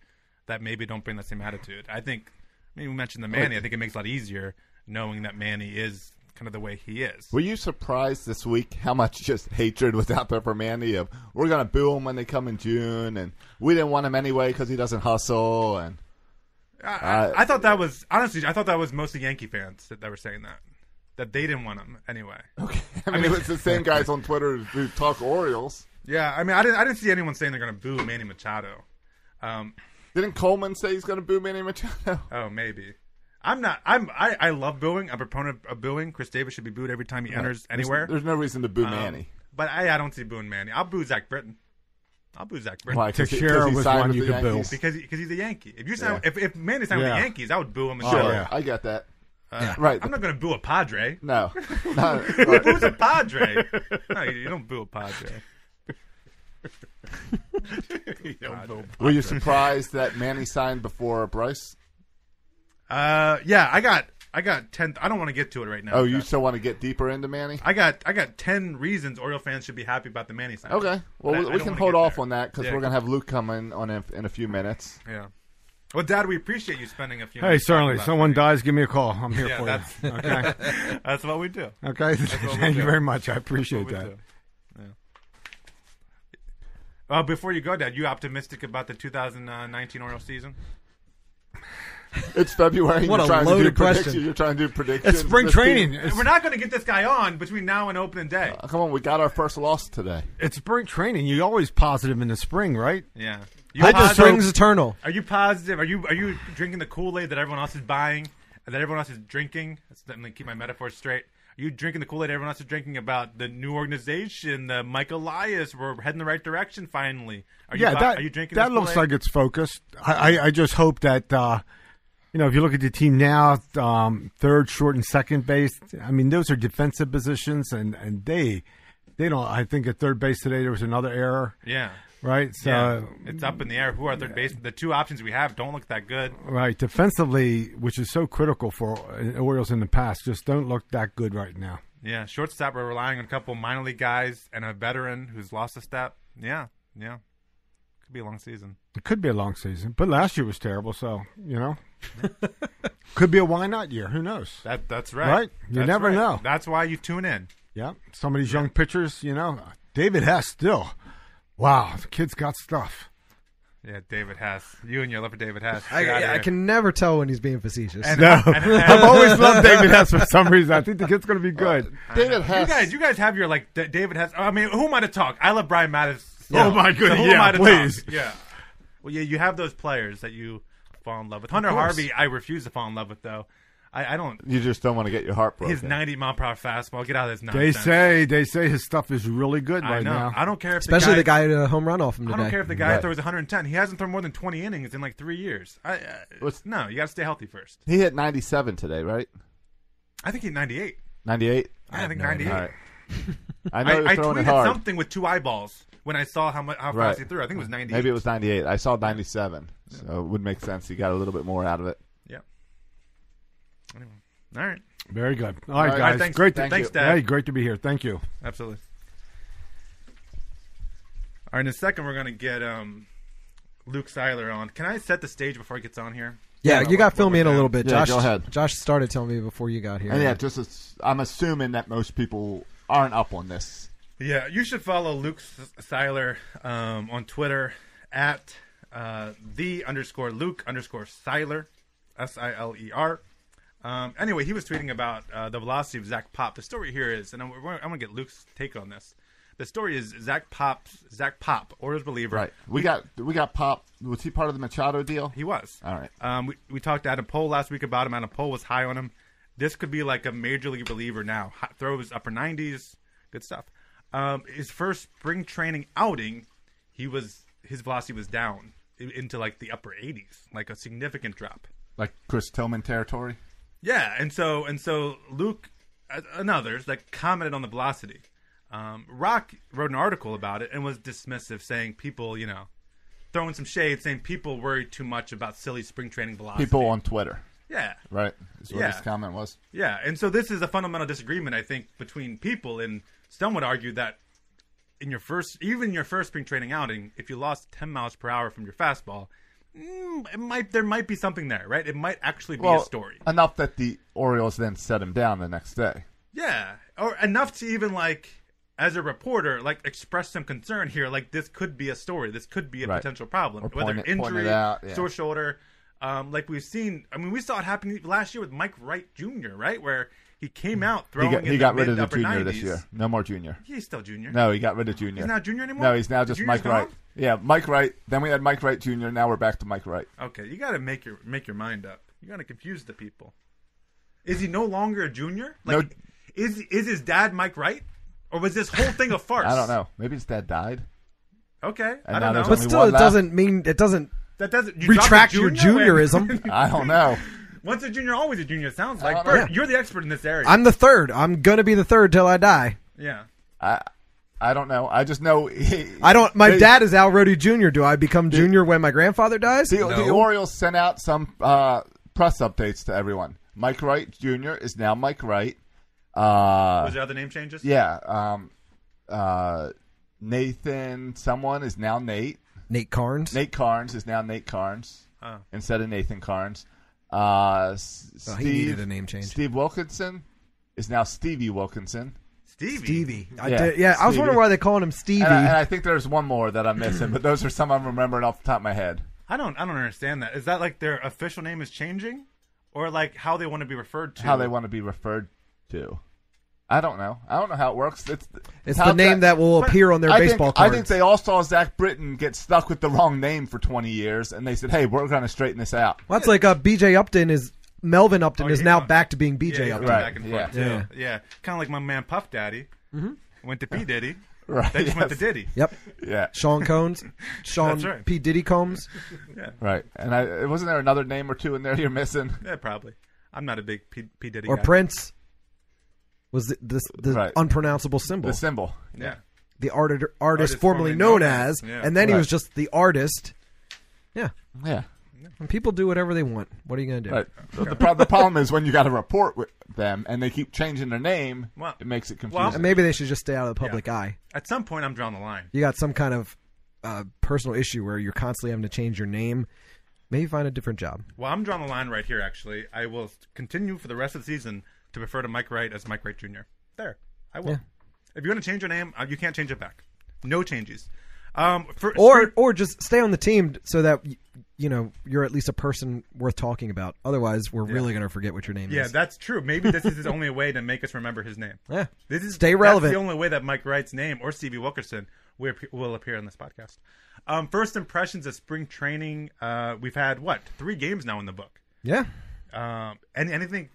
C: that maybe don't bring the same attitude. I think. I mean, we mentioned the Manny. I think it makes it a lot easier knowing that Manny is kind of the way he is.
B: Were you surprised this week how much just hatred was out there for Mandy? Of we're gonna boo him when they come in June, and we didn't want him anyway because he doesn't hustle. And
C: I,
B: Uh,
C: I thought that was honestly. I thought that was mostly Yankee fans that, that were saying that, that they didn't want him anyway.
B: I mean, it was the same guys on Twitter who talk Orioles.
C: Yeah, I mean, I didn't. I didn't see anyone saying they're going to boo Manny Machado. Um,
B: Didn't Coleman say he's gonna boo Manny Machado?
C: oh, maybe. I'm not. I'm. I, I love booing. I'm a proponent of booing. Chris Davis should be booed every time he enters anywhere.
B: There's no reason to boo
C: Um,
B: Manny.
C: But I, I don't see booing Manny. I'll boo Zach Britton. I'll boo Zach Britton
B: Why? 'Cause he-
F: Teixeira
B: 'cause he
F: was
B: signed
F: one
B: with
F: you
B: the
F: could boo.
B: Yankees?
C: because because he's a Yankee. If you
B: Yeah. Oh,
C: sound if, if Manny signed with
F: Yeah.
C: the Yankees, I would boo him. And
B: Sure,
C: shout
F: yeah.
C: out.
B: I get that.
C: Uh,
B: Right.
C: I'm not going to boo a Padre.
B: No, no. right.
C: Who's a Padre? no, you, you don't boo a Padre. You don't boo a
B: Were you surprised that Manny signed before Bryce?
C: Uh, yeah, I got, I got ten. I don't want to get to it right now.
B: Oh, you still want to get deeper into Manny?
C: I got, I got ten reasons Oriole fans should be happy about the Manny sign.
B: Okay. Well,
C: I-
B: we,
C: I
B: we
C: don't
B: can
C: wanna
B: hold
C: get
B: off
C: there.
B: on that because
C: Yeah.
B: we're gonna have Luke coming on in, in a few minutes.
C: Yeah. Well, Dad, we appreciate you spending a few.
F: Hey,
C: minutes talking
F: certainly,
C: about
F: someone
C: that.
F: dies, give me a call. I'm here
C: Yeah,
F: for
C: that's-
F: you. Okay.
C: That's what we do.
F: Okay,
C: what we
F: thank you
C: do.
F: very much. I
C: What
F: appreciate
C: we
F: that.
C: do. Yeah. Uh, before you go, Dad, you optimistic about the 2019 Oriole season?
B: It's February.
E: What
B: you're
E: a
B: trying to do
E: loaded question.
B: predictions. You're trying to do predictions.
F: It's spring
B: This team-
F: training. It's,
C: We're not going to get this guy on between now and opening day.
B: Oh, come on, we got our first loss today.
F: it's spring training. You're always positive in the spring, right?
C: yeah. You
E: I just
C: positive?
E: springs eternal.
C: Are you positive? Are you are you drinking the Kool Aid that everyone else is buying and that everyone else is drinking? That's- Let me keep my metaphor straight. Are you drinking the Kool Aid everyone else is drinking about the new organization, the Mike Elias? We're heading the right direction finally. Are you
F: yeah,
C: bu-
F: that
C: are you drinking?
F: that
C: this
F: looks
C: Kool-Aid?
F: like it's focused. I, I, I just hope that uh, you know if you look at the team now, um, third, short, and second base. I mean, those are defensive positions, and and they They don't. I think at third base today there was another error,
C: Yeah.
F: right? So
C: yeah. it's up in the air. Who are third base? The two options we have don't look that good.
F: right defensively, which is so critical for uh, Orioles in the past, just don't look that good right now.
C: Yeah, shortstop. We're relying on a couple minor league guys and a veteran who's lost a step. Yeah, yeah, could be a long season.
F: It could be a long season, but last year was terrible, so you know, could be a why not year. Who knows?
C: That that's right.
F: Right. You
C: That's
F: never
C: right.
F: know.
C: That's why you tune in.
F: Yeah, some of these young pitchers, you know, David Hess still. Wow, the kid's got stuff.
C: Yeah, David Hess. You and your love for David Hess.
E: I,
C: Get outta
E: I
C: here.
E: can never tell when he's being facetious.
F: No, I've always loved David Hess for some reason. I think the kid's
B: Uh,
F: going to be good.
B: David
C: You
B: Hess.
C: guys, you guys have your like D- David Hess. I mean, who am I to talk? I love Brian Mattis.
F: Oh, my goodness.
C: So who am
F: Yeah,
C: I to
F: please.
C: talk? Yeah. Well, yeah, you have those players that you fall in love with. Hunter
F: course.
C: Harvey, I refuse to fall in love with though. I, I don't.
B: You just don't want to get your heart broken.
C: His 90 mile per hour fastball. Get out of this
F: They
C: nonsense.
F: say they say his stuff is really good
C: I
F: right
C: know.
F: now.
C: I don't care if
E: Especially
C: the
E: the
C: guy,
E: guy who had a home run off him today.
C: I don't care if the guy
B: Right.
C: throws 110. He hasn't thrown more than 20 innings in like three years. I, uh,
B: What's-
C: no, you got to stay healthy first.
B: He hit 97 today, right?
C: I think he had 98.
B: 98?
C: I think 98.
B: All right. I know
C: I,
B: you're
C: I
B: throwing it
C: tweeted
B: hard.
C: something with two eyeballs when I saw how much how fast
B: Right.
C: he threw. I think it was 98.
B: Maybe it was 98. I saw 97. So it would make sense. He got a little bit more out of it.
C: Yeah. Anyway. All right.
F: Very good. All right,
B: All right,
F: guys.
C: thanks-
F: great. To,
C: thank Thanks, you. Dad.
F: Hey, great to be here. Thank you.
C: Absolutely. All right, in a second, we're going to get um, Luke Seiler on. Can I set the stage before he gets on here?
E: Yeah, you got to fill me in a little bit.
B: Yeah,
E: Josh,
B: go ahead.
E: Josh started telling me before you got here.
B: And yeah, just as, I'm assuming that most people aren't up on this.
C: Yeah, you should follow Luke S- Seiler um, on Twitter at uh, the underscore Luke underscore Seiler, S I L E R. Um, anyway, he was tweeting about uh, the velocity of Zach Pop. The story here is, and I'm, we're- I'm going to get Luke's take on this. The story is Zach Pop's Zach Pop, Orioles reliever.
B: Right. We got we got Pop. Was he part of the Machado deal?
C: He was.
B: All right.
C: Um, we, we talked to Adam Pohl last week about him. Adam Pohl was high on him. This could be like a major league reliever now. Hot throws upper 90s. Good stuff. Um, his first spring training outing, he was his velocity was down i- into like the upper 80s, like a significant drop.
B: Like Chris Tillman territory?
C: Yeah, and so and so Luke uh, and others that commented on the velocity. Um, Rock wrote an article about it and was dismissive, saying people, you know, throwing some shade, saying people worry too much about silly spring training velocity.
B: People on Twitter,
C: yeah,
B: right? Is what
C: Yeah.
B: his comment was.
C: yeah, and so this is a fundamental disagreement, I think, between people, and some would argue that in your first, even your first spring training outing, if you lost ten miles per hour from your fastball, mm, it might there might be something there, right? It might actually be a story.
B: enough that the Orioles then set him down the next day.
C: Yeah, or enough to even like, as a reporter, like express some concern here. Like this could be a story. This could be a
B: Right.
C: potential problem,
B: Or
C: whether
B: point it- point
C: injury,
B: it out, yeah.
C: sore shoulder. Um, like we've seen. I mean, we saw it happen last year with Mike Wright Jr. Right, where he came out
B: Mm. He
C: throwing.
B: got,
C: in
B: he got
C: the
B: rid of
C: mid
B: the
C: upper
B: junior
C: 90s.
B: this year. No more junior.
C: He's still junior.
B: No, he got rid of junior.
C: He's not junior anymore?
B: No, he's now
C: The
B: just Mike
C: junior's
B: Wright.
C: gone?
B: Yeah, Mike Wright. Then we had Mike Wright Jr. Now we're back to Mike Wright.
C: Okay, you got to make your make your mind up. You got to confuse the people. Is he no longer a junior?
B: No.
C: Like, is is his dad Mike Wright, or was this whole thing a farce?
B: I don't know. Maybe his dad died.
C: Okay, I
B: now
C: don't know.
B: there's
E: but
B: only
E: still,
B: one
E: it
B: left.
E: doesn't mean it doesn't
C: That doesn't you drop
E: retract
C: a
E: your
C: junior when-
E: juniorism.
B: I don't know.
C: Once a junior, always a junior. It sounds like
B: don't know.
C: Bert, you're the expert in this area.
E: I'm the third. I'm gonna be the third till I die.
C: yeah,
B: I I don't know. I just know. He,
E: I don't. My
B: they-
E: dad is Al Rohde Jr. Do I become junior when my grandfather dies?
B: The, the Orioles sent out some uh, press updates to everyone. Mike Wright Jr. is now Mike Wright. Uh,
C: was there other name changes?
B: yeah. Um, uh, Nathan, someone is now Nate.
E: Nate Carnes.
B: Nate Carnes is now Nate Carnes
C: Oh.
B: instead of Nathan Carnes. Uh, S-
E: Oh,
B: Steve,
E: he needed a name change.
B: Steve Wilkinson is now Stevie Wilkinson.
C: Stevie.
E: Stevie. I
B: Yeah,
E: did, yeah, I was
B: Stevie.
E: wondering why they calling him Stevie.
B: And I, and I think there's one more that I'm missing, but those are some I'm remembering off the top of my head.
C: I don't. I don't understand that. Is that like their official name is changing, or like how they want to be referred to?
B: How they want to be referred to. I don't know. I don't know how it works. It's,
E: it's
B: how
E: the name that, will
B: But
E: appear on their
B: I
E: baseball
B: think,
E: cards.
B: I think they all saw Zach Britton get stuck with the wrong name for 20 years, and they said, "Hey, we're going to straighten this out."
E: well, that's like uh, B.J. Upton is Melvin Upton
C: Oh,
E: is
C: yeah.
E: now back to being B.J.
C: Yeah,
E: Upton.
C: right.
B: Right,
C: back and
B: yeah. Mm-hmm.
C: forth. Yeah, yeah. Kind of like my man Puff Daddy went to P Diddy.
B: Right,
C: They just went to
B: yes.
C: Diddy.
E: Yep.
B: Yeah,
E: Sean Combs, Sean
C: That's right.
E: P. Diddy Combs.
B: right. And I wasn't there another name or two in there you're missing.
C: Yeah, probably. I'm not a big P, P Diddy
E: or
C: guy.
E: Prince. was the, this the
B: Right.
E: unpronounceable symbol,
B: The symbol.
C: Yeah.
E: the art, artist, formerly known, as,
C: yeah.
E: and then he
B: Right.
E: was just the artist. Yeah,
B: Yeah.
E: and people do whatever they want. What are you gonna do?
B: Right. The, the, pro- the problem is when you got to report with them and they keep changing their name,
C: Well-
B: it makes it
C: well,
B: confusing.
E: And maybe they should just stay out of the public eye.
C: At some point, I'm drawing the line.
E: You got some kind of uh, personal issue where you're constantly having to change your name. Maybe find a different job.
C: Well, I'm drawing the line right here. Actually, I will continue for the rest of the season to refer to Mike Wright as Mike Wright Jr. There, I will.
E: Yeah.
C: If you want to change your name, uh, you can't change it back. No changes. Um, for,
E: or or just stay on the team so that y- you know you're at least a person worth talking about. Otherwise, we're really going to forget what your name
C: yeah,
E: is.
C: that's true. Maybe this is his only way to make us remember his name.
E: Yeah.
C: This is
E: Stay
C: that's
E: relevant.
C: the only way that Mike Wright's name or Stevie Wilkerson will appear, will appear on this podcast. Um, first impressions of spring training. Uh, we've had what three games now in the book.
E: yeah.
C: Um, and anything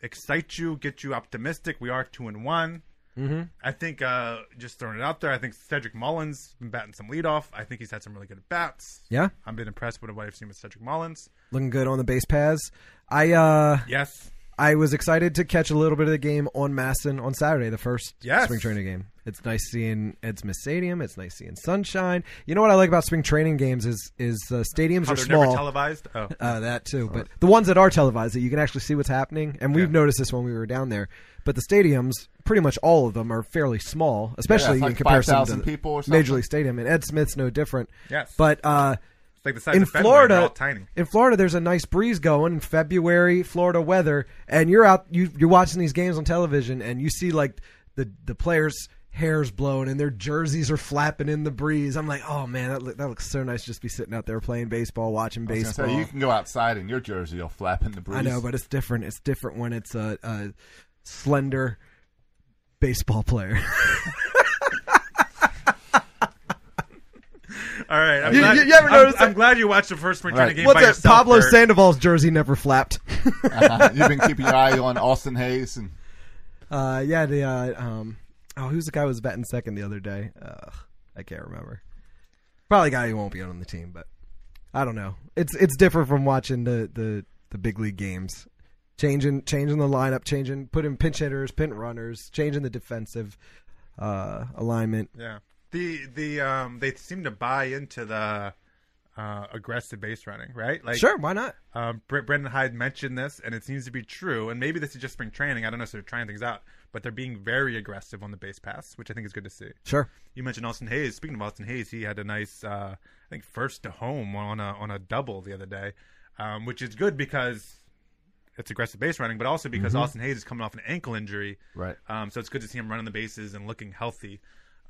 C: excite you, get you optimistic. We are two and one. Mm-hmm. I think uh, just throwing it out there. I think Cedric Mullins been batting some leadoff. I think he's had some really good bats.
E: Yeah.
C: I've been impressed with what I've seen with Cedric Mullins.
E: Looking good on the base paths. I uh
C: Yes,
E: I was excited to catch a little bit of the game on Masson on Saturday, the first
C: Yes.
E: spring training game. It's nice seeing Ed Smith Stadium. It's nice seeing sunshine. You know what I like about spring training games is is uh, stadiums
C: how
E: are
C: they're
E: small.
C: never televised. Oh,
E: Uh, that too, but the ones that are televised that you can actually see what's happening, and we've noticed this when we were down there. But the stadiums, pretty much all of them, are fairly small, especially
B: like
E: in comparison
B: 5,000
E: to
B: people or
E: Major
B: something.
E: League Stadium. And Ed Smith's no different.
C: Yes.
E: but uh,
C: it's like the size
E: in
C: of Fenway. They're
E: Florida,
C: all tiny.
E: in Florida, there's a nice breeze going. in February, Florida weather, and you're out. You, you're watching these games on television, and you see like the the players' hairs blowing and their jerseys are flapping in the breeze. I'm like, oh man, that, look, that looks so nice. Just be sitting out there playing baseball, watching
B: I was gonna
E: baseball.
B: say, you can go outside and your jersey will flap in the breeze.
E: I know, but it's different. It's different when it's a, a slender baseball player.
C: All right, I'm
E: You-
C: glad,
E: you- you ever
C: I'm-
E: noticed
C: I'm,
E: that-
C: glad you watched the first spring training
B: Right.
C: game
E: What's
C: by
E: that?
C: yourself.
E: Pablo
C: Bert.
E: Sandoval's jersey never flapped.
B: Uh-huh. You've been keeping your eye on Austin Hayes and
E: uh, yeah, the uh, um, oh, who's the guy who was batting second the other day? Ugh, I can't remember. Probably a guy who won't be on the team, but I don't know. It's it's different from watching the the, the big league games. Changing changing the lineup, changing putting pinch hitters, pin runners, changing the defensive uh, alignment.
C: Yeah. The the um they seem to buy into the uh, aggressive base running, right? Like
E: sure, why not?
C: Um, Bre- Brendan Hyde mentioned this, and it seems to be true. And maybe this is just spring training. I don't know if they're trying things out, but they're being very aggressive on the base pass, which I think is good to see.
E: Sure.
C: You mentioned Austin Hayes. Speaking of Austin Hayes, he had a nice, uh, I think, first to home on a on a double the other day, um, which is good because it's aggressive base running, but also because Austin Hayes is coming off an ankle injury,
B: Right.
C: Um, so it's good to see him running the bases and looking healthy.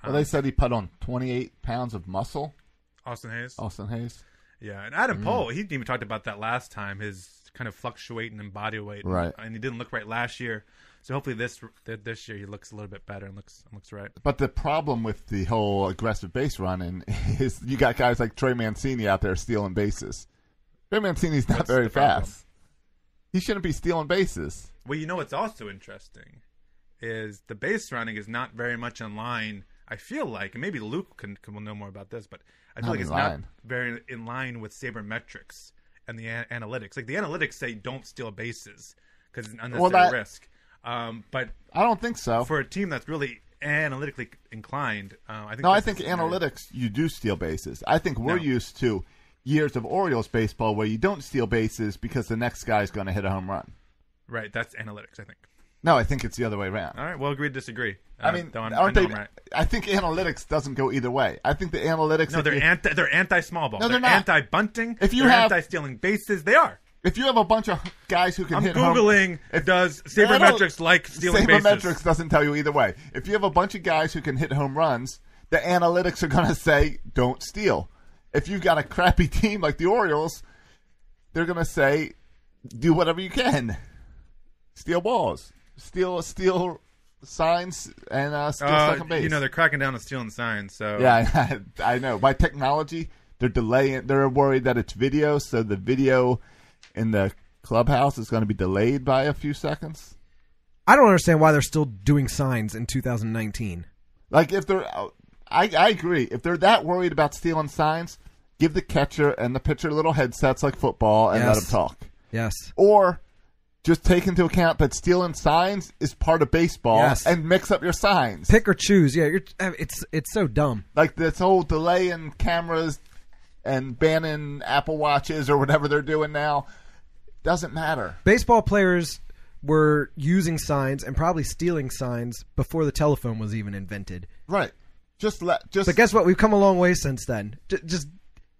B: well, they said he put on 28 pounds of muscle.
C: Austin Hayes.
B: Austin Hayes.
C: Yeah, and
B: Mm-hmm.
C: Adam Pohl, he even talked about that last time. His kind of fluctuating in body weight,
B: Right.
C: And he didn't look right last year, so hopefully this th- this year he looks a little bit better and looks and looks right.
B: But the problem with the whole aggressive base running is you got guys like Trey Mancini out there stealing bases. Trey Mancini's not
C: That's
B: very
C: the problem.
B: fast. He shouldn't be stealing bases.
C: Well, you know what's also interesting is the base running is not very much in line. I feel like, and maybe Luke can, can will know more about this, but I feel
B: Not
C: like
B: in
C: it's
B: line.
C: not very in line with sabermetrics and the an- analytics. Like the analytics say, don't steal bases because it's an unnecessary
B: that-
C: risk. Um, but
B: I don't think so.
C: for a team that's really analytically inclined, uh, I think.
B: no, I
C: this
B: think
C: is an area-
B: analytics, you do steal bases. I think we're
C: No.
B: used to years of Orioles baseball where you don't steal bases because the next guy's going to hit a home run.
C: Right, that's analytics. I think.
B: No, I think it's the other way around.
C: All right, well, agree to disagree.
B: I
C: Uh,
B: mean,
C: though I'm-
B: aren't
C: I know
B: they?
C: I'm right.
B: I think analytics doesn't go either way. I think the analytics.
C: No,
B: if
C: they're
B: you-
C: anti. They're anti small ball.
B: No, they're
C: they're
B: not.
C: anti bunting.
B: If you
C: they're
B: have-
C: anti stealing bases, they are.
B: If you have a bunch of guys who can
C: I'm
B: hit
C: googling.
B: home, if,
C: does
B: No, I don't-
C: sabermetrics like stealing
B: sabermetrics
C: bases?
B: doesn't tell you either way. If you have a bunch of guys who can hit home runs, the analytics are going to say don't steal. If you've got a crappy team like the Orioles, they're going to say do whatever you can, steal balls, steal steal signs, and uh, steal
C: Uh,
B: second base.
C: you know they're cracking down on stealing signs. So
B: Yeah, I, I know. By technology, they're delaying. They're worried that it's video, so the video in the clubhouse is going to be delayed by a few seconds.
E: I don't understand why they're still doing signs in 2019.
B: Like if they're, I I agree. If they're that worried about stealing signs, give the catcher and the pitcher little headsets like football and let
E: Yes.
B: them talk,
E: Yes.
B: or just take into account that stealing signs is part of baseball
E: Yes.
B: and mix up your signs.
E: Pick or choose. Yeah, you're, uh, it's it's so dumb.
B: like this whole delay in cameras and banning Apple Watches or whatever they're doing now doesn't matter.
E: Baseball players were using signs and probably stealing signs before the telephone was even invented.
B: Right. Just let just
E: But guess what? We've come a long way since then. J- just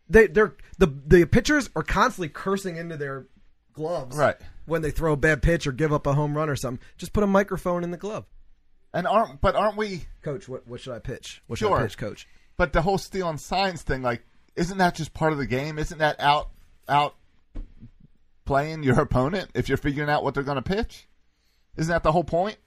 E: they they're the the pitchers are constantly cursing into their gloves.
B: Right.
E: When they throw a bad pitch or give up a home run or something, just put a microphone in the glove.
B: and aren't but aren't we
E: Coach, what what should I pitch? What should
B: Sure.
E: I pitch, coach?
B: but the whole stealing signs thing like isn't that just part of the game? Isn't that out out playing your opponent if you're figuring out what they're going to pitch? Isn't that the whole point?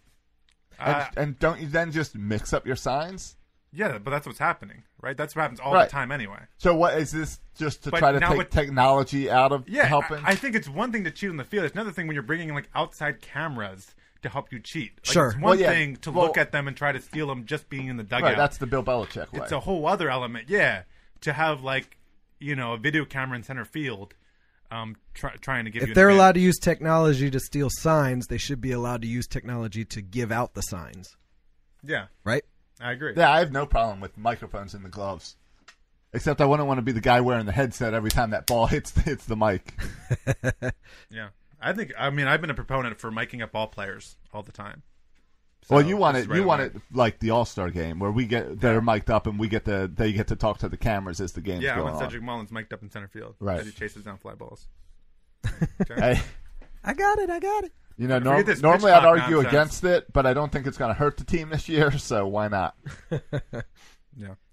B: And,
C: Uh,
B: and don't you then just mix up your signs?
C: yeah, but that's what's happening, right? That's what happens all
B: Right.
C: the time anyway.
B: So what is this just to
C: But
B: try to
C: now
B: take
C: with-
B: technology out of
C: Yeah,
B: helping?
C: I, I think it's one thing to cheat on the field. It's another thing when you're bringing in, like outside cameras to help you cheat. Like,
E: Sure.
C: it's one
B: Well, yeah.
C: thing to
B: Well-
C: look at them and try to steal them just being in the dugout.
B: right, that's the Bill Belichick way.
C: it's a whole other element, yeah, to have like you know a video camera in center field, um, try, trying to give. you
E: If they're
C: an
E: allowed to use technology to steal signs, they should be allowed to use technology to give out the signs,
C: advantage.
E: right?
C: yeah, I agree.
B: Yeah, I have no problem with microphones in the gloves. Except I wouldn't want to be the guy wearing the headset every time that ball hits hits the mic.
C: Yeah, I think. I mean, I've been a proponent for miking up all players all the time.
B: well,
C: So,
B: you want
C: this
B: it.
C: is right
B: you
C: up
B: want
C: my-
B: it like the All Star game where we get they're mic'd up and we get the they get to talk to the cameras as the game's
C: Yeah, I
B: going
C: want
B: on.
C: Cedric Mullins mic'd up in center field
B: Right.
C: as he chases down fly balls.
B: Hey,
E: I got it. I got it.
B: you know, norm-
C: this
B: normally
C: pitch
B: I'd
C: clock
B: argue
C: nonsense.
B: against it, but I don't think it's going to hurt the team this year. So why not?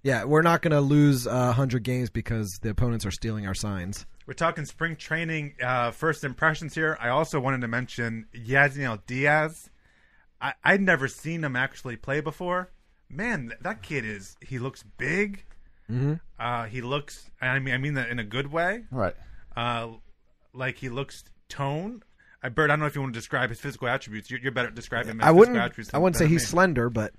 E: Yeah, we're not going to lose uh, 100 games because the opponents are stealing our signs.
C: We're talking spring training uh, first impressions here. I also wanted to mention Yaziel Diaz. I, I'd never seen him actually play before. Man, th- that kid is. He looks big.
E: Mm-hmm.
C: Uh, he looks. I mean, I mean that in a good way.
B: Right.
C: Uh, like he looks toned. I, Bert, I don't know if you want to describe his physical attributes. You're, you're better at describing. His
E: I wouldn't.
C: Physical attributes
E: I wouldn't
C: than
E: say he's
C: me.
E: slender, but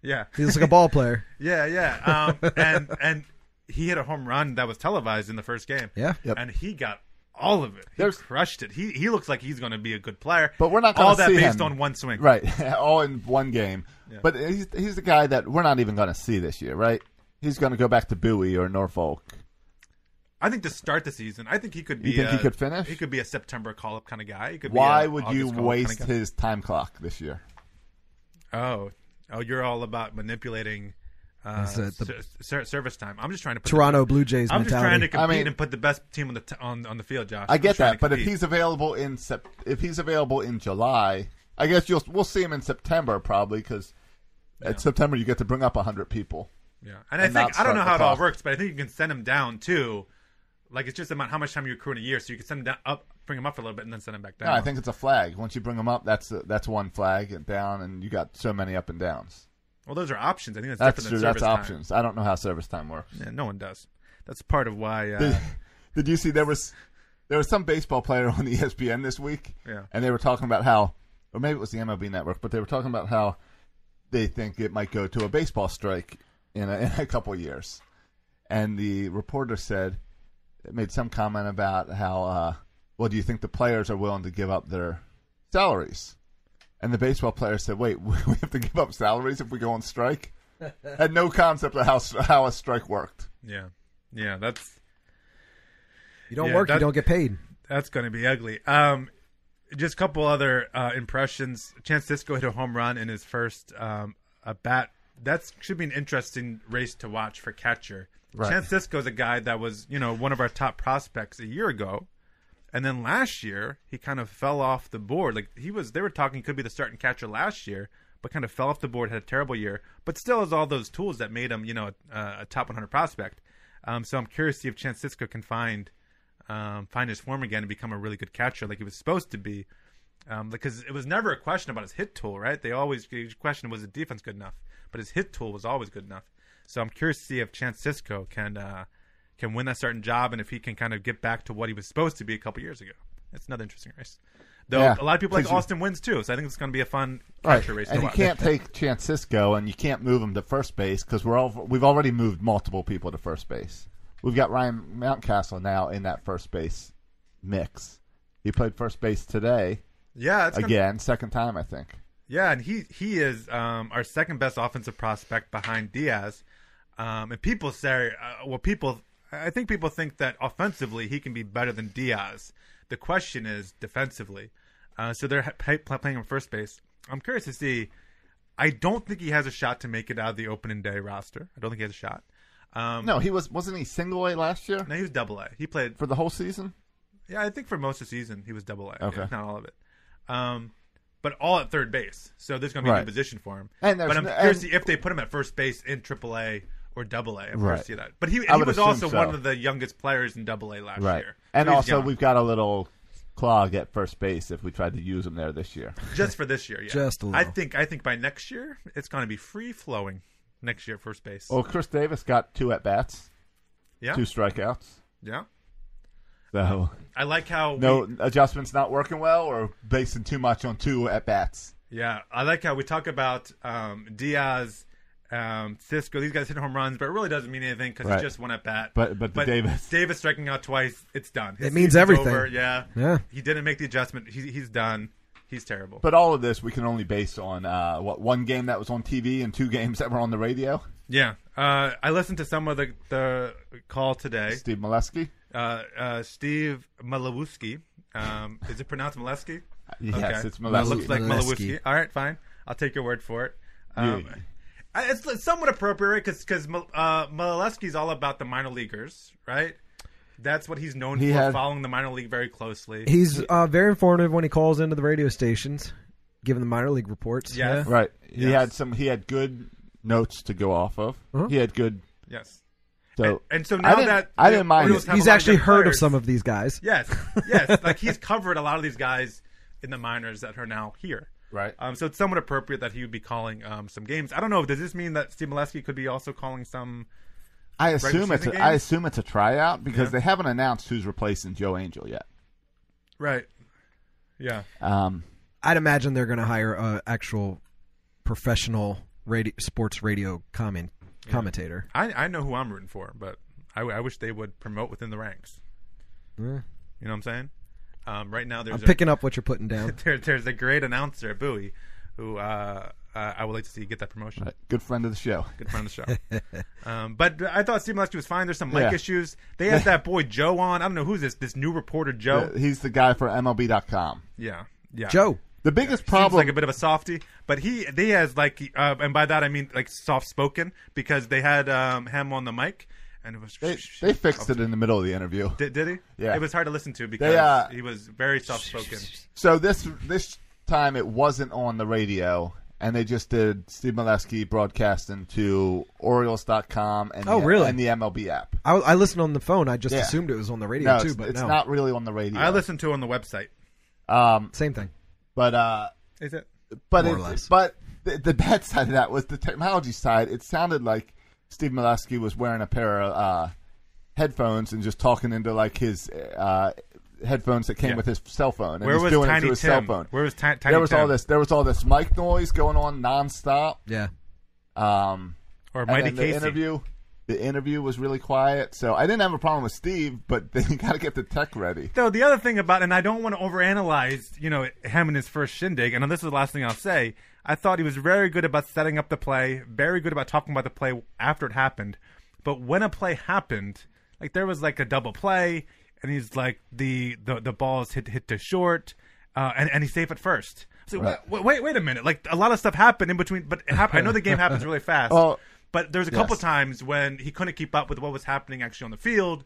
C: Yeah.
E: he looks like a ball player.
C: Yeah, yeah. Um, and and he hit a home run that was televised in the first game.
E: Yeah. Yep.
C: And he got all of it. He
B: There's-
C: crushed it. He he looks like he's going to be a good player.
B: But we're not gonna
C: all that
B: see
C: based
B: him.
C: on one swing.
B: Right. All in one game. But he's he's the guy that we're not even going to see this year, right? He's going to go back to Bowie or Norfolk.
C: I think to start the season, I think he could be.
B: think
C: a,
B: he could finish?
C: He could be a September call up kind of guy. He could.
B: Why
C: be a
B: would
C: August
B: you
C: call-up kinda
B: waste
C: guy.
B: his time clock this year?
C: Oh, oh, you're all about manipulating. Uh,
E: Is it the-
C: ser- ser- service time. I'm just trying to put the-
E: Toronto Blue Jays
C: I'm just trying
E: mentality.
C: to compete
B: mean-
C: and put the best team on the t- on on the field, Josh.
B: I
C: I'm
B: get that,
C: trying to
B: but if
C: compete.
B: he's available in sep- if he's available in July, I guess you'll we'll see him in September probably because at September you get to bring up hundred people.
C: Yeah,
B: and
C: and, I
B: not
C: think I
B: start
C: don't know
B: the
C: how it all
B: clock.
C: works, but I think you can send them down too. Like it's just about how much time you accrue in a year, so you can send them down, up, bring them up for a little bit, and then send them back down.
B: No, I think it's a flag. Once you bring them up, that's that's one flag and down, and you got so many up and downs.
C: Well, those are options. I think that's,
B: That's
C: different
B: true.
C: than service
B: That's
C: time.
B: options. I don't know how service time works.
C: Yeah, no one does. That's part of why. Uh,
B: Did, did you see there was there was some baseball player on E ESPN this week,
C: Yeah.
B: and they were talking about how, or maybe it was the MLB Network, but they were talking about how they think it might go to a baseball strike in a, in a couple years, and the reporter said made some comment about how, uh, well, do you think the players are willing to give up their salaries? And the baseball player said, "Wait, we have to give up salaries if we go on strike." Had no concept of how how a strike worked.
C: yeah, yeah, that's
E: You don't
C: Yeah,
E: work, you
C: that-
E: don't get paid.
C: that's going to be ugly. Um, just a couple other uh, impressions. Chance Cisco hit a home run in his first um, a bat. That should be an interesting race to watch for catcher. Chance Cisco is a guy that was you know one of our top prospects a year ago, and then last year he kind of fell off the board. Like he was, they were talking he could be the starting catcher last year, but kind of fell off the board, had a terrible year, but still has all those tools that made him you know a, a top 100 prospect. Um, so I'm curious to see if Chance Cisco can find um, find his form again and become a really good catcher like he was supposed to be. Um, because it was never a question about his hit tool, right? They always the question was the defense good enough, but his hit tool was always good enough. So I'm curious to see if Chance Cisco can uh, can win that certain job and if he can kind of get back to what he was supposed to be a couple years ago. That's another interesting race. Though
B: Yeah.
C: a lot of people like
B: Because you-
C: Austin wins too, so I think it's going to be a fun
B: Right,
C: catcher race. to
B: and you
C: watch.
B: can't take Chancisco, and you can't move him to first base because we're all we've already moved multiple people to first base. We've got Ryan Mountcastle now in that first base mix. He played first base today,
C: Yeah, it's gonna-
B: again, second time I think.
C: Yeah, and he he is um, our second best offensive prospect behind Diaz. Um, and people say, uh, well, people, I think people think that offensively he can be better than Diaz. The question is defensively. Uh, so they're ha- play, play- playing him first base. I'm curious to see. I don't think he has a shot to make it out of the opening day roster. I don't think he has a shot. Um,
B: No, he was wasn't he single A last year
C: no, he was double A. He played
B: for the whole season?
C: yeah, I think for most of the season he was double A.
B: Okay.
C: if not all of it. Um, but all at third base, so there's going to be
B: Right.
C: no position for him.
B: And there's
C: but I'm
B: no-
C: curious
B: and-
C: to- if they put him at first base in Triple A or Double A. I'm curious
B: Right.
C: to see that. But he,
B: I
C: he
B: would
C: was
B: assume
C: also
B: so.
C: one of the youngest players in Double A last
B: Right.
C: year, So
B: And
C: he's
B: also
C: young.
B: we've got a little clog at first base if we tried to use him there this year.
C: just for this year, yeah.
E: Just a
C: I
E: little.
C: think I think by next year it's going to be free flowing. Next year, at first base.
B: Well, Chris Davis got two at bats,
C: yeah,
B: two strikeouts.
C: yeah.
B: So
C: I like how
B: no adjustments not working well or basing too much on two at bats.
C: Yeah, I like how we talk about um, Diaz, um, Cisco. These guys hit home runs, but it really doesn't mean anything because
B: Right.
C: it's just one at bat.
B: But- but the Davis.
C: Davis striking out twice, it's done. His
E: It means
C: season's
E: everything.
C: Over. Yeah,
E: Yeah.
C: He didn't make the adjustment. He, he's done. He's terrible.
B: But all of this we can only base on uh, what one game that was on TV and two games that were on the radio.
C: yeah, uh, I listened to some of the the call today.
B: Steve Molesky.
C: Uh, uh, Steve Malawuski. Um, is it pronounced Malewski?
B: Yes, it's
C: It
B: Molesky.
C: looks like
E: Malewski.
C: Malewski. All right, fine. I'll take your word for it. Um,
B: Yeah.
C: I- It's it's somewhat appropriate because because uh, Malewski's all about the minor leaguers, right? That's what he's known
B: He
C: for,
B: had-
C: following the minor league very closely.
E: He's uh, very informative when he calls into the radio stations, giving the minor league reports.
C: Yes.
B: Right. He
C: Yes.
B: had some. He had good notes to go off of.
E: Uh-huh.
B: He had good.
C: yes.
B: So
C: And, and so
B: I
C: now
B: didn't-
C: that
B: I
C: the
B: didn't mind
C: Orioles
B: it.
C: have
E: He's
C: a lot
E: actually
C: good
E: heard of
C: players-
E: some of these guys.
C: Yes, yes. like he's covered a lot of these guys in the minors that are now here.
B: Right.
C: Um, so it's somewhat appropriate that he would be calling um, some games. I don't know. Does this mean that Steve Molesky could be also calling some?
B: I assume it's.
C: season
B: A, I
C: games?
B: assume it's a tryout because they
C: Yeah.
B: haven't announced who's replacing Joe Angel yet.
C: Right. Yeah.
B: Um,
E: I'd imagine they're going to hire an actual professional radio, sports radio comment, commentator.
C: I, I know who I'm rooting for, but I, I wish they would promote within the ranks. You know what I'm saying? Um, right now, there's
E: I'm
C: a,
E: picking up what you're putting down.
C: there, there's a great announcer at Bowie who uh, uh, I would like to see get that promotion.
B: right. Good friend of the show.
C: Good friend of the show. um, but I thought Steve Molesky was fine. There's some mic
B: Yeah.
C: issues. They had that boy Joe on. I don't know who's this this new reporter Joe.
B: Uh, He's the guy for MLB.com.
C: Yeah, yeah.
E: Joe,
B: The biggest
C: Seems
B: problem.
C: like a bit of a softy, but he they has like, uh, and by that I mean like soft spoken because they had um, him on the mic, and it was
B: they, they fixed it in the middle of the interview.
C: Did, did he?
B: Yeah.
C: It was hard to listen to because
B: They, uh,
C: he was very soft spoken.
B: So this this time it wasn't on the radio, and they just did Steve Molesky broadcasting to Orioles.com and
E: Oh,
B: the,
E: really?
B: and the MLB app.
E: I, I listened on the phone. I just
B: Yeah.
E: assumed it was on the radio
B: No,
E: too,
B: it's,
E: but
B: it's
E: no,
B: not really on the radio.
C: I listened to it on the website.
B: Um,
E: same thing.
B: but uh,
C: Is it?
B: but
E: More or
B: it-
E: less.
B: but the, the bad side of that was the technology side. It sounded like Steve Molesky was wearing a pair of uh, headphones and just talking into like his uh, headphones that came
C: Yeah.
B: with his cell phone. And
C: Where
B: he's
C: was
B: doing it
C: Tiny
B: through his
C: Tim?
B: cell phone.
C: Where was Ti- Tiny
B: there was all
C: Tim?
B: this. There was all this mic noise going on nonstop.
E: Yeah,
B: Um,
C: Or
B: and
C: Mighty
B: then the
C: Casey?
B: interview. The interview was really quiet, so I didn't have a problem with Steve, but then you got to get the tech ready.
C: Though the other thing about, and I don't want to overanalyze, you know, him and his first shindig. And this is the last thing I'll say. I thought he was very good about setting up the play, very good about talking about the play after it happened. But when a play happened, like there was like a double play, and he's like the the, the balls hit hit to short, uh, and and he's safe at first. So
B: Right.
C: wait, wait wait a minute, like a lot of stuff happened in between. But it hap- I know the game happens really fast.
B: Oh,
C: but there was a couple
B: yes.
C: times when he couldn't keep up with what was happening actually on the field.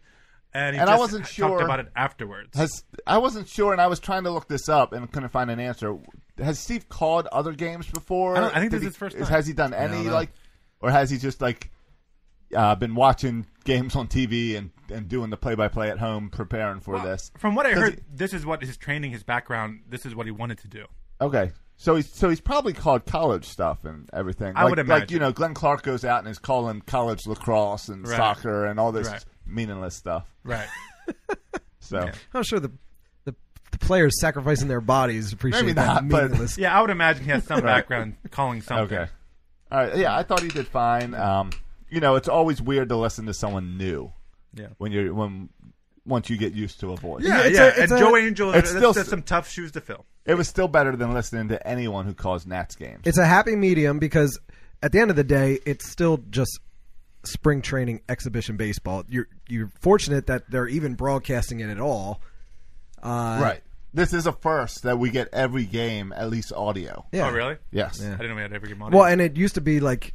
C: And, he
B: And I
C: just
B: wasn't
C: talked
B: sure-
C: about it afterwards.
B: Has I wasn't sure, and I was trying to look this up and couldn't find an answer. Has Steve called other games before?
C: I don't- I think
B: Did
C: this is
B: he-
C: his first time.
B: Has he done any like, or has he just like, uh, been watching games on TV and and doing the play by play at home, preparing for
C: Well,
B: this?
C: From what I
B: 'Cause
C: heard, this is what his training, his background, this is what he wanted to do.
B: he- okay. So he's so he's probably called college stuff and everything.
C: I
B: like,
C: would
B: like
C: imagine.
B: you know, Glenn Clark goes out and is calling college lacrosse and
C: Right.
B: soccer and all this
C: Right.
B: meaningless stuff.
C: Right.
B: So
E: I'm sure the the, the players sacrificing their bodies appreciate
B: Maybe
E: that
B: not, but-
E: meaningless.
C: yeah, I would imagine he has some background calling something.
B: Okay. All right. Yeah, I thought he did fine. Um, you know, it's always weird to listen to someone new.
C: Yeah.
B: When you're when once you get used to a voice.
C: Yeah, yeah.
E: It's a- it's
C: and
E: a-
C: Joe Angel, uh,
B: It's
C: that's,
B: still-
C: that's some tough shoes to fill.
B: It was still better than listening to anyone who calls Nats games.
E: It's a happy medium because at the end of the day, it's still just spring training exhibition baseball. You're you're fortunate that they're even broadcasting it at all. Uh,
B: right. This is a first that we get every game at least audio.
E: Yeah.
C: Oh, really?
B: Yes.
C: I didn't know we had every game on.
E: Well, and it used to be like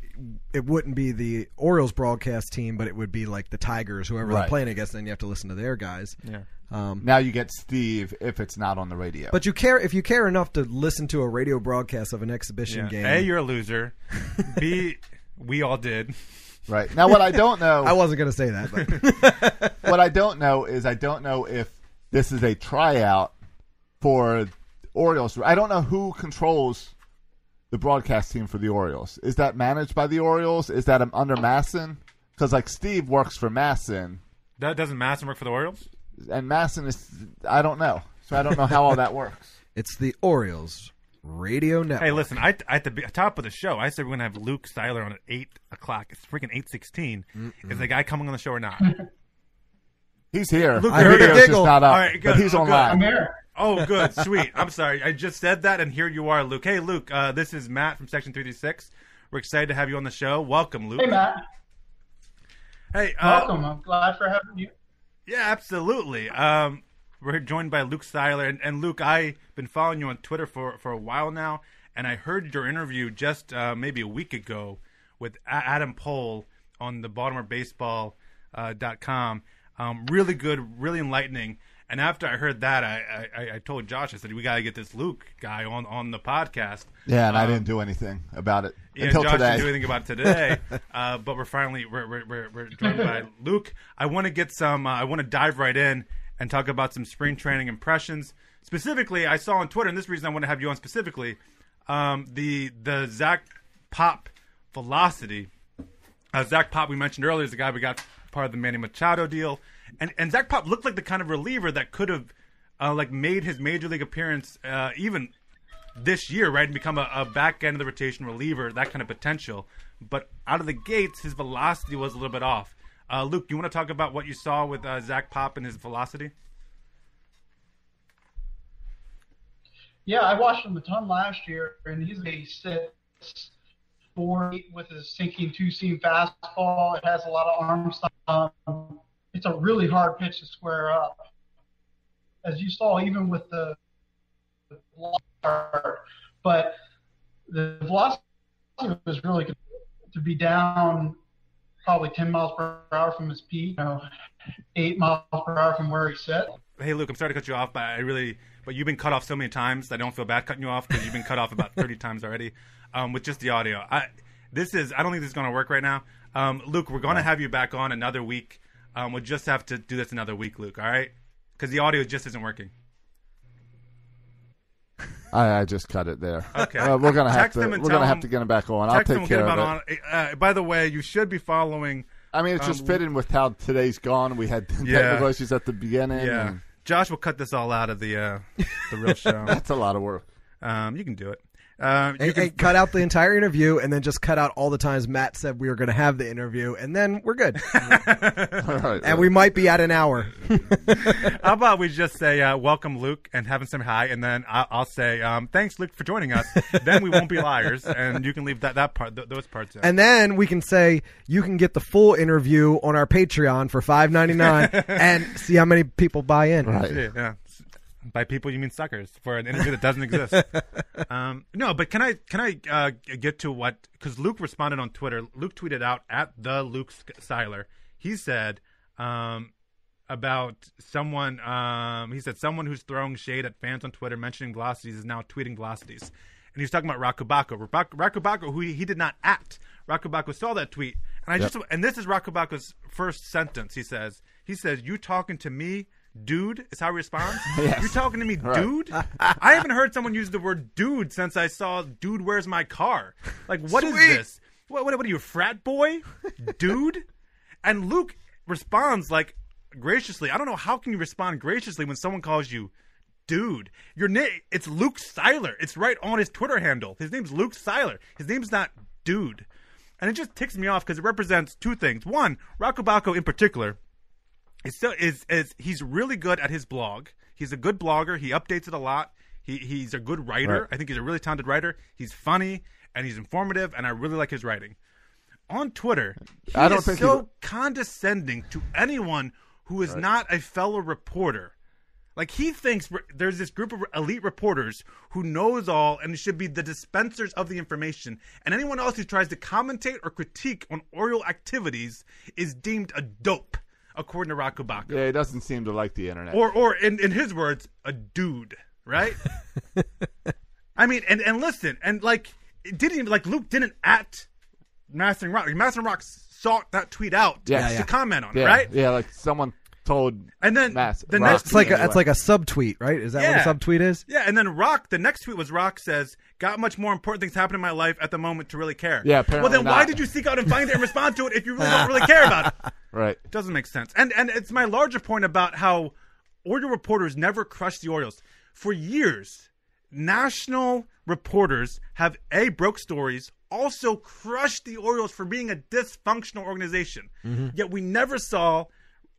E: it wouldn't be the Orioles broadcast team, but it would be like the Tigers, whoever
B: Right.
E: they're playing against. Then you have to listen to their guys. Yeah. Um,
B: Now you get Steve if it's not on the radio.
E: but you care if you care enough to listen to a radio broadcast of an exhibition game.
C: A, you're a loser. B, we all did.
B: right. Now what I don't know
E: I wasn't gonna say that. But.
B: what I don't know is I don't know if this is a tryout for Orioles. I don't know who controls the broadcast team for the Orioles. Is that managed by the Orioles? Is that um, under Masson? Because like Steve works for Masson,
C: That doesn't Masson work for the Orioles?
B: and Masson is I don't know, so I don't know how all that works.
E: It's the Orioles radio network.
C: Hey, listen, I at the be- top of the show, I said we're gonna have Luke Styler on at eight o'clock. It's freaking eight sixteen. Is the guy coming on the show or not?
B: He's here. the
C: Look, I heard a
B: video's just
E: giggle.
B: not up,
C: All right,
B: but
C: good,
B: he's
C: oh, good.
B: online.
C: Oh, good, sweet. I'm sorry, I just said that, and here you are, Luke. Hey, Luke, uh, this is Matt from Section Three Three Six. We're excited to have you on the show. Welcome, Luke.
G: Hey, Matt.
C: Hey, uh,
G: Welcome. I'm glad for having you.
C: Yeah, absolutely. Um, we're joined by Luke Styler, and, and Luke, I've been following you on Twitter for, for a while now, and I heard your interview just uh, maybe a week ago with A- Adam Pohl on the BaltimoreBaseball.com. Uh, dot com. um, really good, really enlightening. And after I heard that, I, I- I, I told Josh, I said, we got to get this Luke guy on, on the podcast.
B: Yeah, and I didn't do anything about it
C: Uh, Yeah,
B: until
C: Josh
B: today.
C: didn't do anything about today, uh, but we're finally we're, we're, we're, we're joined by Luke. I want to get some. Uh, I want to dive right in and talk about some spring training impressions. Specifically, I saw on Twitter, and this is the reason I want to have you on specifically, um, the the Zach Pop velocity. Uh, Zach Pop, we mentioned earlier, is the guy we got part of the Manny Machado deal, and and Zach Pop looked like the kind of reliever that could have uh, like made his major league appearance uh, even this year, right, and become a, a back end of the rotation reliever, that kind of potential. But out of the gates, his velocity was a little bit off. Uh, Luke, you want to talk about what you saw with uh, Zach Pop and his velocity?
G: Yeah, I watched him a ton last year, and he's a six four eight with his sinking two seam fastball. It has a lot of arm stuff. Um, it's a really hard pitch to square up. As you saw, even with the, the velocity part, but the velocity was really good to be down probably 10 miles per hour from his peak, you know, eight miles per hour from where he set.
C: Hey, Luke, I'm sorry to cut you off, but I really, but you've been cut off so many times. that I don't feel bad cutting you off because you've been cut off about 30 times already um, with just the audio. I, this is, I don't think this is going to work right now. Um, Luke, we're going to have you back on another week. Um, we'll just have to do this another week, Luke. All right, because the audio just isn't working.
B: I, I just cut it there.
C: Okay.
B: Uh, we're gonna have
C: Text
B: to.
C: him
B: We're
C: and
B: gonna
C: tell
B: have
C: him-
B: to get him back on. I'll
C: Text
B: take
C: him,
B: care of
C: get
B: it.
C: him out on- uh, by the way, you should be following.
B: I mean, it's just fitting with how today's gone. We had technical
C: Um, Yeah.
B: issues at the beginning.
C: Yeah,
B: and
C: Josh will cut this all out of the uh, the real show.
B: that's a lot of work.
C: um, you can do it. Um, you
E: And,
C: can,
E: and cut out the entire interview, and then just cut out all the times Matt said we were going to have the interview, and then we're good.
B: All right.
E: and we might be at an hour.
C: how about we just say uh, welcome, Luke, and have him say hi, and then I'll, I'll say um, thanks, Luke, for joining us. then we won't be liars, and you can leave that that part th- those parts. Out.
E: and then we can say you can get the full interview on our Patreon for five ninety nine, and see how many people buy in.
B: right.
C: yeah. By people, you mean suckers for an interview that doesn't exist. um, no, but can I can I uh, g- get to what? Because Luke responded on Twitter. Luke tweeted out at the Luke Sk- Seiler. He said um, about someone. Um, he said someone who's throwing shade at fans on Twitter, mentioning velocities, is now tweeting velocities. And he was talking about Rakubako. Rak- Rakubako, who he, he did not at. Rakubako saw that tweet, and I just and this is Rakubako's first sentence. He says he says you talking to me. Dude is how he responds. You talking to me, dude? I haven't heard someone use the word dude since I saw "Dude, where's my car?" Like, what is this? What, what, what are you, a frat boy, dude? And Luke responds like graciously. I don't know how can you respond graciously when someone calls you dude. Your name it's Luke Seiler. It's right on his Twitter handle. His name's Luke Seiler. His name's not dude. And it just ticks me off because it represents two things. One, Rakubako in particular is so is is he's really good at his blog. He's a good blogger. He updates it a lot. He he's a good writer.
B: Right.
C: I think he's a really talented writer. He's funny and he's informative, and I really like his writing. On Twitter, he
B: I don't
C: is
B: think he
C: so
B: would-
C: condescending to anyone who is not a fellow reporter. Like he thinks re- there's this group of elite reporters who knows all and should be the dispensers of the information, and anyone else who tries to commentate or critique on Oriole activities is deemed a dope, according to Rakubaka
B: Yeah, he doesn't seem to like the internet.
C: or or in, in his words, a dude, right? I mean, and and listen, and like it didn't even like Luke didn't at Mastering Rock. Like, Mastering Rock sought that tweet out
B: Yeah,
C: to
B: yeah.
C: comment on, it,
B: yeah,
C: right?
B: Yeah, like someone told.
C: And then
B: Mass,
C: the
B: Rock
C: next-
E: It's like a,
B: anyway.
E: it's like a subtweet, right? Is that
C: Yeah.
E: what a subtweet is?
C: Yeah, and then Rock, the next tweet was Rock says, "Got much more important things happening in my life at the moment to really care."
B: Yeah,
C: Well, then
B: apparently
C: why
B: not.
C: did you seek out and find it and respond to it if you really don't really care about it?
B: right.
C: Doesn't make sense. And and it's my larger point about how Oriole reporters never crush the Orioles. For years, national reporters have A broke stories, also crushed the Orioles for being a dysfunctional organization.
E: Mm-hmm.
C: Yet we never saw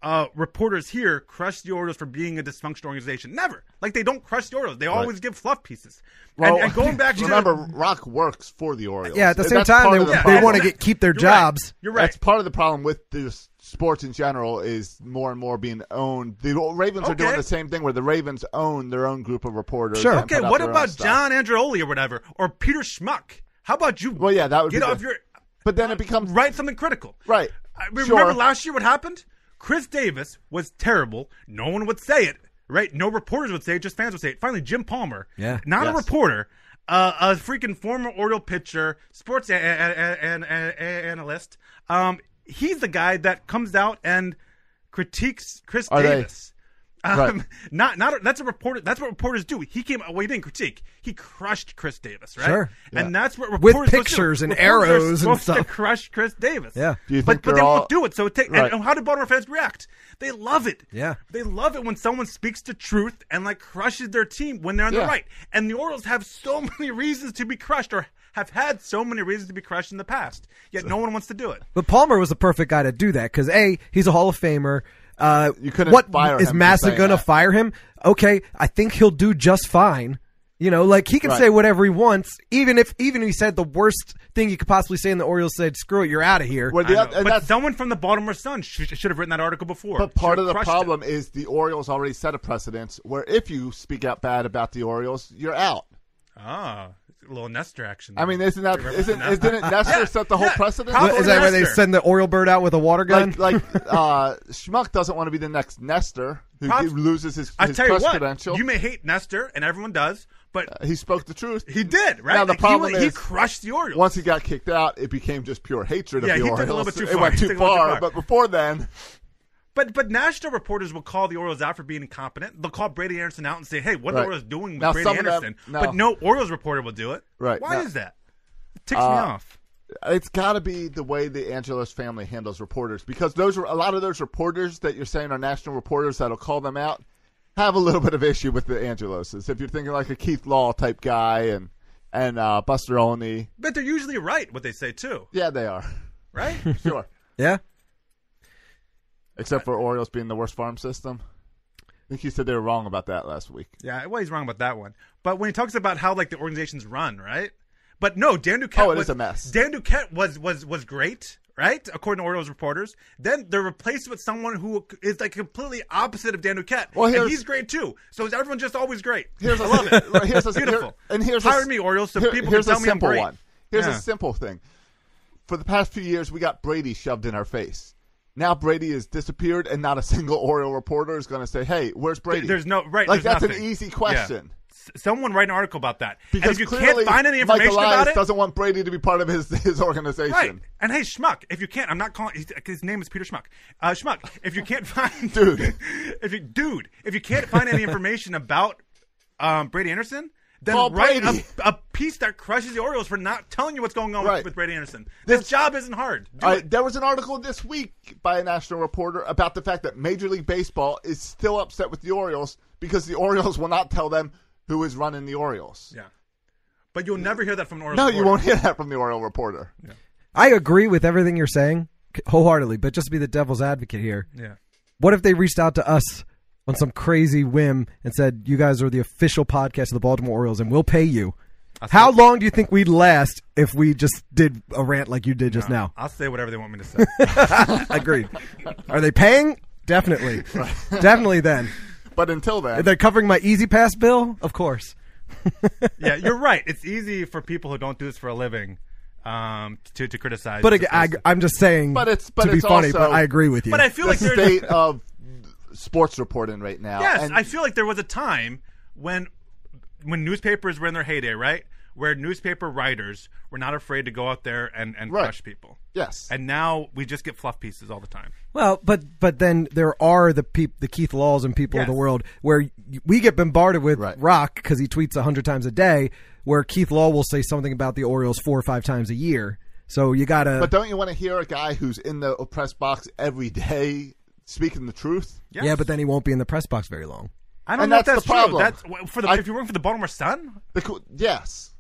C: uh, reporters here crush the Orioles for being a dysfunctional organization. Never. Like they don't crush the Orioles. They always give fluff pieces.
B: Well,
C: and, and going back to
B: remember, Rock works for the Orioles.
E: Yeah. At the same
B: That's
E: time,
B: part
E: they,
B: of the
E: they
B: problem.
E: want to get keep their
C: You're right.
E: jobs.
C: You're right.
B: That's part of the problem with this sports in general is more and more being owned. The Ravens are doing
C: Okay.
B: the same thing where the Ravens own their own group of reporters.
E: Sure.
B: and
C: Okay,
B: put out
C: what
B: their own
C: about
B: stuff.
C: John Andreoli or whatever, or Peter Schmuck? How about you?
B: Well, yeah, that would
C: get
B: be
C: off
B: the-
C: your
B: But then it becomes
C: write something critical.
B: Right.
C: I mean,
B: Sure.
C: remember last year what happened? Chris Davis was terrible. No one would say it. Right? No reporters would say it. Just fans would say it. Finally, Jim Palmer.
E: Yeah.
C: Not a
B: Yes.
C: reporter. Uh, a freaking former Oriole pitcher, sports a- a- a- an- a- a- analyst. Um, he's the guy that comes out and critiques Chris
B: Are they-
C: Davis. Um,
B: Right.
C: Not, not. That's a reporter. That's what reporters do. He came. Well, he didn't critique. He crushed Chris Davis, right?
E: Sure.
C: And that's what
E: With
C: reporters supposed to do.
E: pictures and
C: Reporters are
E: arrows and
C: supposed to
E: stuff.
C: crush Chris Davis.
E: Yeah.
B: Do you
C: but
B: think
C: but
B: they're
C: they
B: all-
C: won't do it. So it take, and-
B: Right.
C: and, how do Baltimore fans react? They love it.
E: Yeah.
C: They love it when someone speaks the truth and like crushes their team when they're on
B: Yeah.
C: the right. And the Orioles have so many reasons to be crushed, or have had so many reasons to be crushed in the past. Yet no one wants to do it.
E: But Palmer was the perfect guy to do that because a he's a Hall of Famer. Uh,
B: You couldn't
E: what
B: fire him
E: is
B: for
E: Massa
B: saying
E: going to
B: that.
E: fire him? Okay, I think he'll do just fine. You know, like he can
B: Right.
E: say whatever he wants, even if even if he said the worst thing you could possibly say, and the Orioles said, "Screw it, you're out of here."
B: where
C: I
B: the
C: know.
B: oth- and
C: but
B: that's
C: someone from the Baltimore Sun should, should have written that article before.
B: But part
C: Should
B: of
C: have
B: the
C: crushed it.
B: problem is the Orioles already set a precedence where if you speak out bad about the Orioles, you're out.
C: Ah, a little Nestor action.
B: I mean, isn't that isn't isn't it Nestor
C: Yeah,
B: set the whole
C: yeah.
B: precedent?
C: Probably.
E: What, is that where they
C: Nestor.
E: send the Oriole bird out with a water gun?
B: Like like uh, Schmuck doesn't want to be the next Nestor who
C: Prob-
B: loses his,
C: I
B: his
C: tell you
B: press
C: what,
B: credential.
C: you may hate Nestor, and everyone does, but
B: he spoke the truth.
C: he did right.
B: Now the
C: Like,
B: problem
C: he,
B: is
C: was- he crushed the Orioles.
B: Once he got kicked out, it became just pure hatred
C: Yeah,
B: of the
C: he took a
B: Orioles.
C: little bit too
B: It
C: far.
B: went
C: He
B: too
C: took a little too
B: far,
C: far.
B: But before then,
C: but but national reporters will call the Orioles out for being incompetent. They'll call Brady Anderson out and say, "Hey, what are
B: Right.
C: the Orioles doing with
B: Now,
C: Brady
B: some of them-
C: Anderson?"
B: no.
C: But no Orioles reporter will do it.
B: Right,
C: Why
B: no.
C: is that? It ticks me
B: Uh,
C: off.
B: it's got to be the way the Angelos family handles reporters because those are a lot of those reporters that you're saying are national reporters that'll call them out have a little bit of issue with the Angeloses. If you're thinking like a Keith Law type guy and and uh, Buster Olney,
C: But they're usually right what they say too,
B: yeah, they are
C: right?
B: sure.
E: yeah,
B: Except for Orioles being the worst farm system. I think you said they were wrong about that last week.
C: Yeah, well, he's wrong about that one. But when he talks about how like the organizations run, right? But no, Dan Duquette.
B: Oh, it
C: was,
B: is a mess.
C: Dan Duquette was was was great, right? According to Orioles reporters. Then they're replaced with someone who is like completely opposite of Dan Duquette.
B: Well,
C: and
B: here's-
C: he's great too. So is everyone just always great?
B: Here's a,
C: I love it.
B: right, Here's a,
C: Beautiful.
B: here- and here's
C: Hire
B: a,
C: me, Orioles, so
B: here-
C: people
B: here's
C: can
B: a
C: tell me I'm
B: simple
C: great.
B: one. Here's
C: Yeah.
B: a simple thing. For the past few years, we got Brady shoved in our face. Now Brady has disappeared, and not a single Oriole reporter is going to say, "Hey, where's Brady?"
C: There's no right.
B: Like
C: there's
B: that's an
C: nothing.
B: easy
C: Yeah.
B: question.
C: S- Someone write an article about that. And
B: Because
C: if you
B: clearly
C: can't find any
B: Michael
C: information about
B: Elias
C: it,
B: doesn't want Brady to be part of his, his organization.
C: Right. And hey, Schmuck, if you can't, I'm not calling. His, his name is Peter Schmuck. Uh, Schmuck, if you can't find,
B: Dude.
C: if you dude, if you can't find any information about um, Brady Anderson, then
B: Call
C: write
B: Brady.
C: a, a piece that crushes the Orioles for not telling you what's going on
B: Right.
C: with, with Brady Anderson. This, job isn't hard. Do
B: All
C: it.
B: right, there was an article this week by a national reporter about the fact that Major League Baseball is still upset with the Orioles because the Orioles will not tell them who is running the Orioles.
C: Yeah. But you'll never hear that from an Orioles.
B: No, you
C: reporter.
B: won't hear that from the Oriole reporter.
E: I agree with everything you're saying wholeheartedly, but just to be the devil's advocate here.
C: Yeah.
E: What if they reached out to us on some crazy whim and said, "You guys are the official podcast of the Baltimore Orioles, and we'll pay you." How long do you think we'd last if we just did a rant like you did just now?
C: I'll say whatever they want me to say.
E: Agreed. Are they paying? Definitely. Definitely then.
B: But until then,
E: If they're covering my Easy Pass bill, of course.
C: yeah, you're right. It's easy for people who don't do this for a living um, to to criticize.
E: But
C: the
E: ag- I,
C: person.
E: I'm just saying
B: But it's- but
E: to be
B: it's
E: funny,
B: also-
E: but I agree with you.
C: but I feel
B: the
C: like there's
B: state of sports reporting right now.
C: yes,
B: and
C: I feel like there was a time when when newspapers were in their heyday, right? Where newspaper writers were not afraid to go out there and and
B: Right.
C: crush people.
B: yes,
C: And now we just get fluff pieces all the time.
E: well, but but then there are the peop- the Keith Laws and people of
C: Yes.
E: the world where y- we get bombarded with
B: Right.
E: rock because he tweets hundred times a day, where Keith Law will say something about the Orioles four or five times a year. So you gotta.
B: but don't you want to hear a guy who's in the press box every day speaking the truth?
C: Yes.
E: Yeah, but then he won't be in the press box very long.
C: I don't
B: And
C: know
B: that's
C: if that's
B: the
C: true.
B: problem.
C: That's w- for the
B: I-
C: if you're working for the Baltimore Sun,
B: The, co- yes,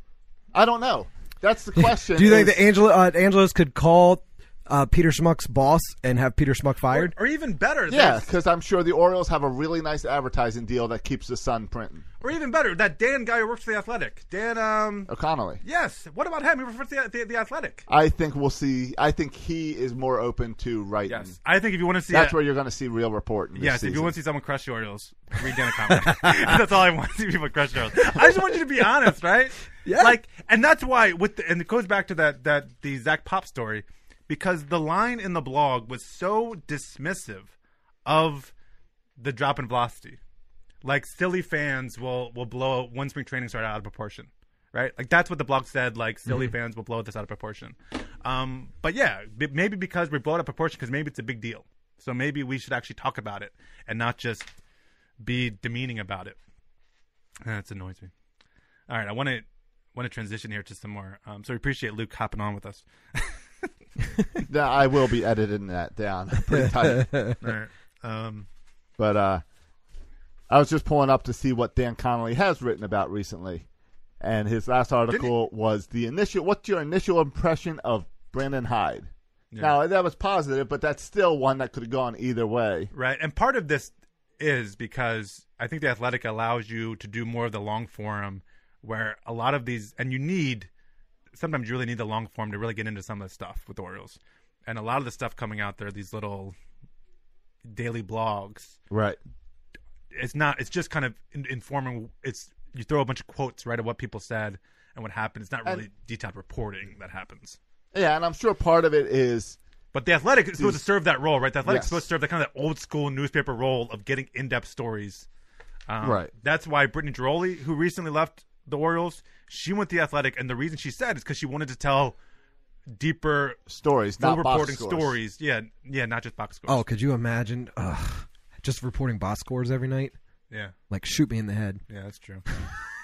B: I don't know. That's the question.
E: Do you think
B: is-
E: that Angela uh, Angelos could call uh, Peter Schmuck's boss and have Peter Schmuck fired?
C: or even better,
B: Yeah,
C: there's-
B: because I'm sure the Orioles have a really nice advertising deal that keeps the sun printing.
C: or even better, that Dan guy who works for the Athletic, Dan. Um,
B: O'Connolly.
C: yes. What about him? He refers to the, the, the Athletic.
B: I think we'll see. I think he is more open to writing.
C: Yes, Mm-hmm. I think if you want to see
B: That's
C: a-
B: where you're going to see real reporting. this
C: Yes, if you
B: season.
C: want to see someone crush the Orioles, read Dan O'Connell. that's all I want to see people crush the Orioles. I just want you to be honest, right? Yeah. Like, and that's why with the, and it goes back to that that the Zach Pop story because the line in the blog was so dismissive of the drop in velocity. Like silly fans will will blow one spring training start out of proportion, right? Like that's what the blog said. Like silly fans will blow this out of proportion. Um, but yeah, b- maybe because we blow it out of proportion because maybe it's a big deal. So maybe we should actually talk about it and not just be demeaning about it. That's annoys me. All right, I want to want to transition here to some more. Um, so we appreciate Luke hopping on with us.
B: Yeah, I will be editing that down pretty tight.
C: All right. Um,
B: but uh, I was just pulling up to see what Dan Connolly has written about recently, and his last article was the initial. What's your initial impression of Brandon Hyde? Now that was positive, but that's still one that could have gone either way.
C: Right. And part of this is because I think the athletic allows you to do more of the long form where a lot of these and you need sometimes you really need the long form to really get into some of the stuff with the Orioles. And a lot of the stuff coming out there, these little daily blogs,
B: Right.
C: it's not it's just kind of in, informing it's you throw a bunch of quotes right of what people said and what happened. It's not really detailed reporting that happens.
B: Yeah, and I'm sure part of it is
C: But the athletic is supposed to serve that role, right? The athletic
B: Yes.
C: is supposed to serve that kind of that old school newspaper role of getting in depth stories. Um,
B: Right.
C: That's why Brittany Giroli, who recently left the Orioles, she went to the athletic, and the reason she said is because she wanted to tell deeper,
B: stories,
C: full
B: not box
C: reporting
B: scores.
C: stories. Yeah, yeah, not just box scores.
E: Oh, could you imagine? Ugh, just reporting boss scores every night.
C: yeah,
E: Like shoot me in the head.
C: yeah, that's true.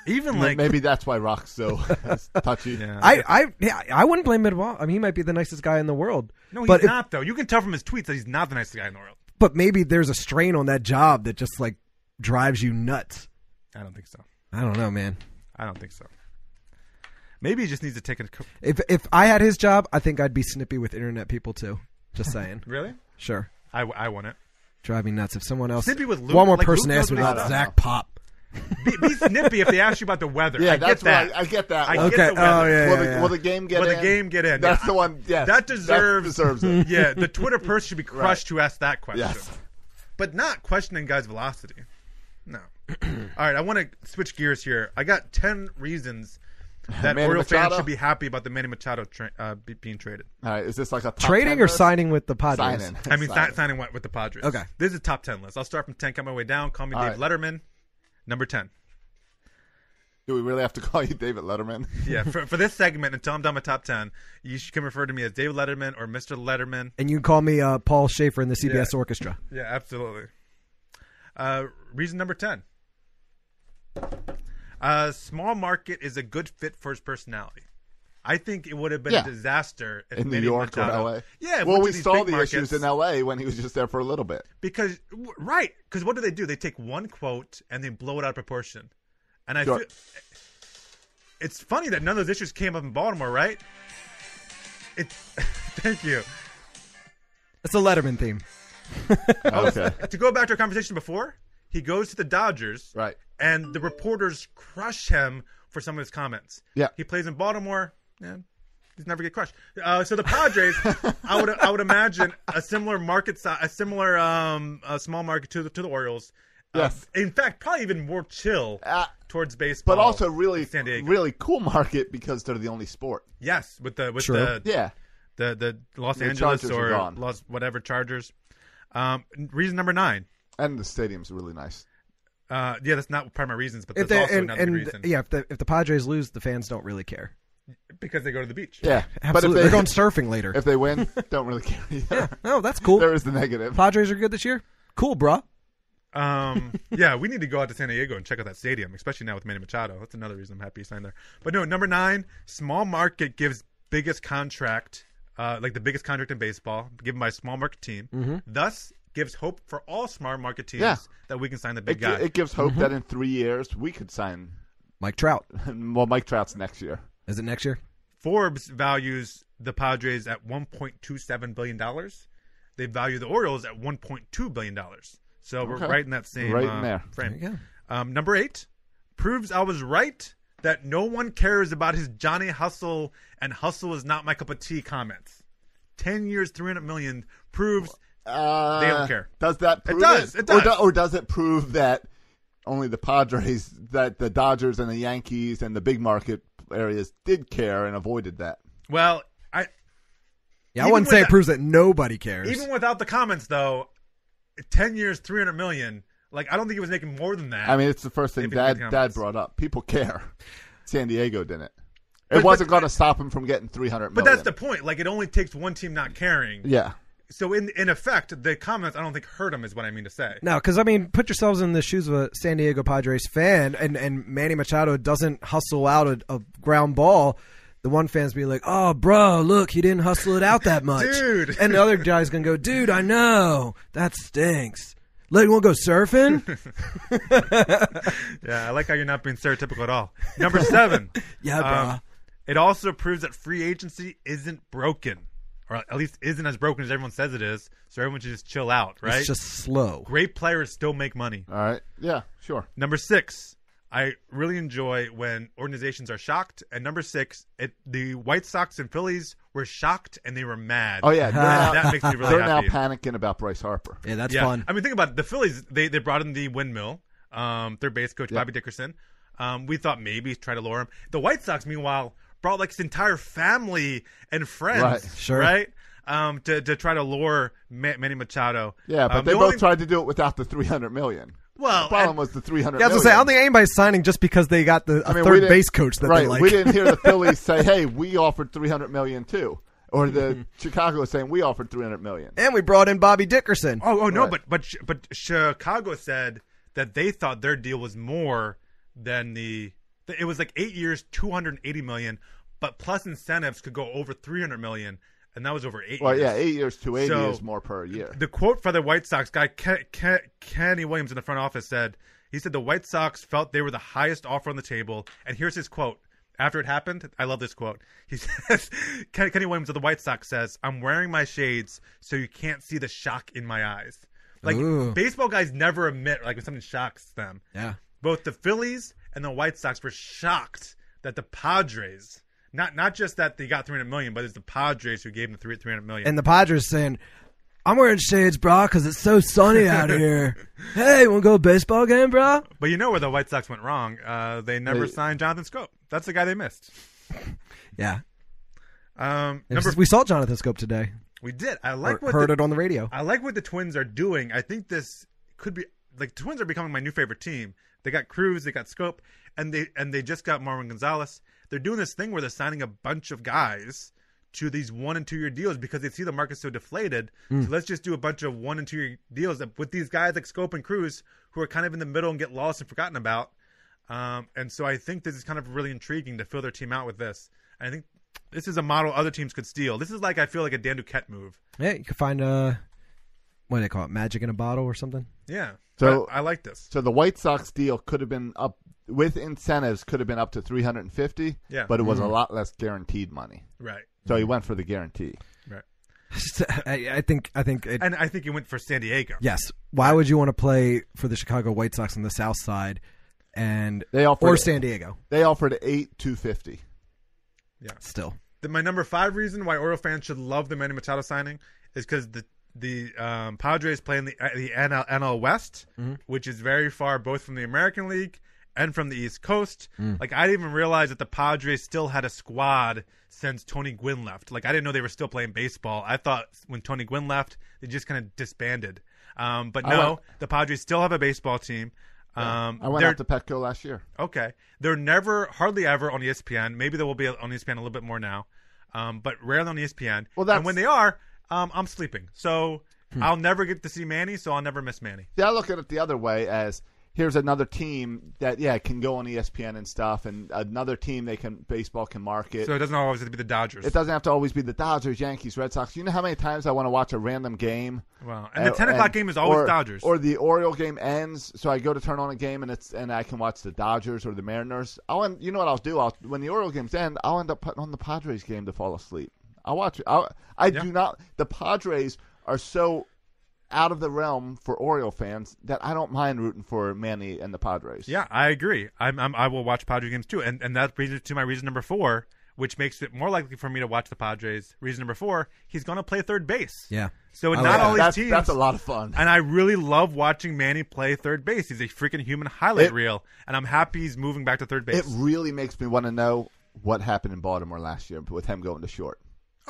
C: Even like
B: Maybe that's why Rock's so touchy.
C: Yeah.
E: I I yeah, I wouldn't blame Midwall. I mean, he might be the nicest guy in the world.
C: no, he's
E: but if-
C: not though. You can tell from his tweets that he's not the nicest guy in the world.
E: but maybe there's a strain on that job that just like drives you nuts.
C: I don't think so.
E: I don't know, man.
C: I don't think so. Maybe he just needs to take a co-
E: If if I had his job, I think I'd be snippy with internet people too. Just saying.
C: really.
E: sure.
C: I, I want it.
E: Drive me nuts if someone else.
C: Snippy with Luke-
E: one more
C: like, Luke
E: person
C: knows
E: asked me
C: what he's
E: about
B: about.
E: Zach Pop.
C: be, be snippy if they ask you about the weather.
B: Yeah,
C: I
B: that's
C: get that.
B: why I, I get that.
C: I
B: one.
C: get
E: Okay.
C: the
E: Oh
C: weather.
E: yeah.
B: will,
E: yeah,
B: the,
E: yeah.
B: will the game get
C: Will
B: in?
C: the game get in?
B: That's
C: Yeah.
B: the one. Yes,
C: That deserves-
B: that deserves it.
C: yeah, the Twitter person should be crushed who asked that question.
B: Yes.
C: But not questioning guys' velocity. No. All right, I want to switch gears here. I got 10 reasons that
B: Manny
C: Oriole fans
B: Machado?
C: should be happy about the Manny Machado tra- uh, be- being traded.
B: All right, is this like a top
E: Trading
B: 10
E: or
B: list?
E: signing with the Padres?
B: Signing.
C: I mean, si-
B: Signing.
C: signing what with the Padres.
E: Okay.
C: This is top 10 list. I'll start from 10, come my way down. Call me
B: All
C: Dave Letterman, number 10.
B: Do we really have to call you David Letterman?
C: Yeah, for, for this segment, until I'm done with top 10, you should- can refer to me as Dave Letterman or Mr. Letterman.
E: And you can call me uh, Paul Schaefer in the CBS Orchestra.
C: Yeah, absolutely. Uh, reason number 10. Uh, small market is a good fit for his personality. I think it would have been
B: Yeah.
C: a disaster if
B: In New
C: Manny
B: York or
C: Machado-
B: LA?
C: Yeah,
B: Well,
C: went to
B: we
C: these
B: saw
C: big
B: the
C: markets
B: issues in LA when he was just there for a little bit.
C: because w- right because what do they do? They take one quote and they blow it out of proportion, and I
B: Sure.
C: feel it's funny that none of those issues came up in Baltimore, right? It's thank you.
E: It's a Letterman theme.
B: Okay.
C: Uh, to go back to our conversation before, He goes to the Dodgers,
B: Right.
C: And the reporters crush him for some of his comments.
B: Yeah.
C: he plays in Baltimore. Yeah, he's never get crushed. Uh, so the Padres, I would I would imagine a similar market size, a similar um, a small market to the to the Orioles. Uh,
B: Yes.
C: in fact, probably even more chill
B: Uh,
C: towards baseball,
B: but also really,
C: in San Diego.
B: really cool market because they're the only sport.
C: yes, with the with
E: True.
C: the
B: Yeah,
C: the the Los
B: The
C: Angeles
B: Chargers are
C: or
B: gone.
C: Los whatever Chargers. Um, reason number nine.
B: and the stadium's really nice.
C: Uh, yeah, that's not one of my reasons, but
E: If
C: that's
E: they,
C: also
E: and,
C: another
E: and
C: reason
E: yeah, if the if the Padres lose, the fans don't really care.
C: because they go to the beach.
B: Yeah,
E: Absolutely,
B: but if
E: they're
B: they
E: going surfing later.
B: if they win, don't really care. Either.
E: oh, that's cool.
B: There is the negative.
E: Padres are good this year. Cool, bruh.
C: Um, yeah, we need to go out to San Diego and check out that stadium, especially now with Manny Machado. That's another reason I'm happy he signed there. But no, number nine, small market gives biggest contract, uh, like the biggest contract in baseball, given by a small market team. Thus, gives hope for all small market teams
B: Mm-hmm. Yeah.
C: that we can sign the big
B: It,
C: guy.
B: gi- it gives
E: Mm-hmm.
B: hope that in three years we could sign.
E: Mike Trout.
B: Well, Mike Trout's next year.
E: Is it next year?
C: Forbes values the Padres at 1.27 billion dollars. They value the Orioles at 1.2 billion dollars. So
B: Okay.
C: we're right in that same
B: Right in
C: uh,
B: there.
C: frame.
E: There you
C: Um, number eight proves I was right that no one cares about his Johnny Hustle and Hustle is not my cup of tea comments. Ten years, 300 million proves
B: Uh,
C: They don't care.
B: Does that prove
C: does, it
B: Or,
C: does.
B: do- or does it prove that only the Padres, that the Dodgers and the Yankees and the big market areas did care and avoided that?
C: well. I
E: Yeah, I
C: Even
E: wouldn't say
C: with
E: it proves that nobody cares.
C: even without the comments though, ten years, 300 million. Like I don't think he was making more than that.
B: I mean, it's the first thing
C: Maybe
B: Dad
C: the
B: Dad
C: comments.
B: brought up. People care. San Diego didn't. It
C: But-
B: wasn't
C: but-
B: going to stop him from getting three hundred.
C: but that's the point. Like it only takes one team not caring.
B: yeah.
C: So in in effect, the comments I don't think hurt him is what I mean to say.
E: No, because I mean, put yourselves in the shoes of a San Diego Padres fan, and and Manny Machado doesn't hustle out a, a ground ball. The one fan's be like, "Oh, bro, look, he didn't hustle it out that much,"
C: Dude.
E: and the other guy's gonna go, "Dude, I know that stinks." Let you want to go surfing?
C: Yeah, I like how you're not being stereotypical at all. Number seven.
E: Yeah,
C: um,
E: bruh.
C: it also proves that free agency isn't broken, or at least isn't as broken as everyone says it is. So everyone should just chill out, right?
E: It's just slow.
C: Great players still make money.
B: All right. Yeah. Sure.
C: Number six, I really enjoy when organizations are shocked. And number six, it, the White Sox and Phillies were shocked and they were mad.
B: Oh yeah. They're, now,
C: that makes me really
B: they're now
C: happy.
B: panicking about Bryce Harper.
E: Yeah, that's
C: yeah.
E: fun.
C: I mean, think about it. the Phillies. They they brought in the windmill, um, third base coach Bobby Dickerson. Um, we thought maybe try to lure him. The White Sox, meanwhile, brought like his entire family and friends,
B: Right.
E: Sure.
C: right? Um, to to try to lure Ma- Manny Machado.
B: Yeah, but
C: Um,
B: they
C: the
B: both
C: only-
B: tried to do it without the three hundred million.
C: Well,
B: the problem
C: and-
B: was the three hundred.
E: Yeah, I was gonna say, I don't think anybody's signing just because they got the a
B: I mean, we
E: third
B: didn't-
E: base coach that
B: right,
E: they like.
B: We didn't hear the Phillies say, "Hey, we offered three hundred million too," or
E: Mm-hmm.
B: the Chicago saying, "We offered three hundred million.
E: and we brought in Bobby Dickerson.
C: Oh, oh no,
B: Right.
C: but but Ch- but Chicago said that they thought their deal was more than the. that It was like eight years, two hundred eighty million, but plus incentives could go over three hundred million, and that was over eight.
B: Well,
C: years.
B: yeah, eight years, two eighty
C: So-
B: is more per year.
C: The quote for the White Sox guy, Ken, Ken, Kenny Williams in the front office said, he said the White Sox felt they were the highest offer on the table. And here's his quote. After it happened, I love this quote. He says, Ken- Kenny Williams of the White Sox says, I'm wearing my shades so you can't see the shock in my eyes. Like,
E: Ooh.
C: baseball guys never admit, like, when something shocks them.
E: Yeah.
C: Both the Phillies and the White Sox were shocked that the Padres, not not just that they got 300 million, but it's the Padres who gave them three 300 million.
E: and the Padres saying, "I'm wearing shades, brah, because it's so sunny out here." hey, want to go to a baseball game, brah?
C: But you know where the White Sox went wrong. Uh, they never
B: They-
C: signed Jonathan Scope. That's the guy they missed.
E: Yeah,
C: Um,
E: It
C: number
E: was- we saw Jonathan Scope today.
C: we did. I
E: Or
C: like what
E: heard
C: the,
E: it on the radio.
C: I like what the Twins are doing. I think this could be like the Twins are becoming my new favorite team. They got Cruz, they got Scope, and they and they just got Marvin Gonzalez. They're doing this thing where they're signing a bunch of guys to these one and two year deals because they see the market's so deflated. So let's just do a bunch of one and two year deals with these guys like Scope and Cruz who are kind of in the middle and get lost and forgotten about. Um, and so I think this is kind of really intriguing to fill their team out with this. And I think this is a model other teams could steal. This is like I feel like a Dan Duquette move.
E: Yeah, you can find uh, what do they call it, magic in a bottle or something.
C: Yeah.
B: So-
C: So I, I like this.
B: So the White Sox deal could have been up with incentives, could have been up to three hundred and fifty.
C: Yeah.
B: but it was a lot less guaranteed money.
C: Right.
E: Mm-hmm.
B: So he went for the guarantee.
C: Right.
E: I, I think I think it,
C: And I think he went for San Diego.
E: yes. Why would you want to play for the Chicago White Sox on the South Side and
B: They offered
E: or
B: it.
E: San Diego?
B: They offered eight two fifty.
E: Still,
C: The, my number five reason why Oriole fans should love the Manny Machado signing is because the the um, Padres play in the the NL, NL West,
B: Mm-hmm.
C: which is very far both from the American League and from the East Coast.
B: Mm.
C: Like I didn't even realize that the Padres still had a squad since Tony Gwynn left. Like I didn't know they were still playing baseball. I thought when Tony Gwynn left, they just kind of disbanded. Um, but
B: I
C: no,
B: went-
C: the Padres still have a baseball team. Um,
B: I went
C: they're-
B: out to Petco last year.
C: Okay. They're never, hardly ever on E ESPN. Maybe they will be on E ESPN a little bit more now, um, but rarely on ESPN.
B: Well, that's- Hmm.
C: and when they are, um, I'm sleeping. So I'll never get to see Manny, so I'll never miss Manny.
B: See, I look at it the other way as here's another team that yeah can go on E ESPN and stuff, and another team they can baseball can market.
C: So it doesn't always have to be the Dodgers.
B: it doesn't have to always be the Dodgers, Yankees, Red Sox. You know how many times I want to watch a random game? Uh,
C: Wow. And the 10 o'clock game is always
B: or-
C: Dodgers.
B: Or the Oriole game ends, so I go to turn on a game and it's and I can watch the Dodgers or the Mariners. I'll end, you know what I'll do? I'll when the Oriole games end, I'll end up putting on the Padres game to fall asleep. I'll watch it. I'll, I do not. The Padres are so out of the realm for Oriole fans that I don't mind rooting for Manny and the Padres.
C: Yeah, I agree. I'm, I'm, I will watch Padres games too, and and that brings us to my reason number four, which makes it more likely for me to watch the Padres. Reason number four: he's going to play third base.
E: yeah.
C: So in
E: I
C: not
E: like
C: all these
B: that's,
C: teams,
B: that's a lot of fun.
C: And I really love watching Manny play third base. He's a freaking human highlight
B: It-
C: reel, and I'm happy he's moving back to third base.
B: It really makes me want to know what happened in Baltimore last year with him going to short.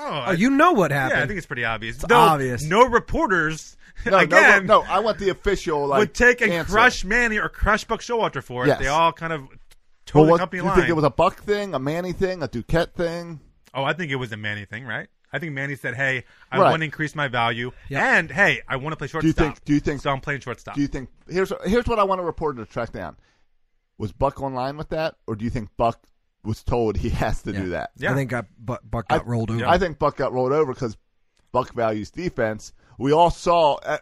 C: oh,
E: Oh, you know what
C: yeah,
E: happened?
C: I think it's pretty obvious. Though
E: obvious.
C: No reporters
B: No,
C: again
B: no, no, I want the official like
C: would take and
B: answer.
C: crush Manny or crush Buck Showalter for it.
B: Yes.
C: They all kind of
B: Well,
C: towed the
B: what, do
C: company
B: you
C: line.
B: think it was a Buck thing, a Manny thing, a Duquette thing?
C: oh, I think it was a Manny thing, right? I think Manny said, "Hey, I
B: Right.
C: want to increase my value, and hey, I want to play shortstop."
B: you think- do you think-
C: so? I'm playing shortstop.
B: Do you think here's here's what I want to report to track down? Was Buck online with that, or do you think Buck was told he has to do that?
C: yeah.
E: I think I, Buck, Buck got rolled over.
B: I think Buck got rolled over because Buck values defense. We all saw uh,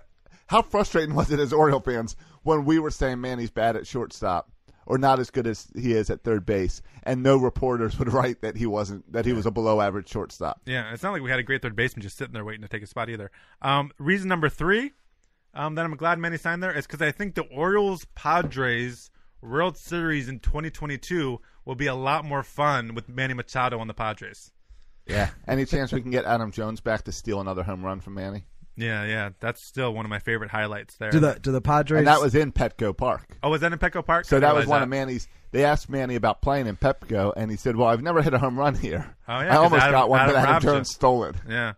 B: how frustrating was it as Oriole fans when we were saying Manny's bad at shortstop or not as good as he is at third base, and no reporters would write that he wasn't that he was a below average shortstop.
C: Yeah, it's not like we had a great third baseman just sitting there waiting to take a spot either. Um, reason number three um, that I'm glad Manny signed there is because I think the Orioles Padres World Series in 2022 will be a lot more fun with Manny Machado on the Padres.
B: Yeah. Any chance we can get Adam Jones back to steal another home run from Manny?
C: Yeah, yeah, that's still one of my favorite highlights there.
E: Do the do the Padres?
B: And that was in Petco Park.
C: oh, was that in Petco Park? I
B: So that
C: didn't
B: was
C: realize
B: one of Manny's. They asked Manny about playing in Petco, and he said, "Well, I've never hit a home run here.
C: Oh, yeah,
B: I
C: 'cause
B: almost
C: Adam-
B: got one,
C: Adam
B: but Adam
C: robbed you."
B: Jones stole it.
C: Yeah.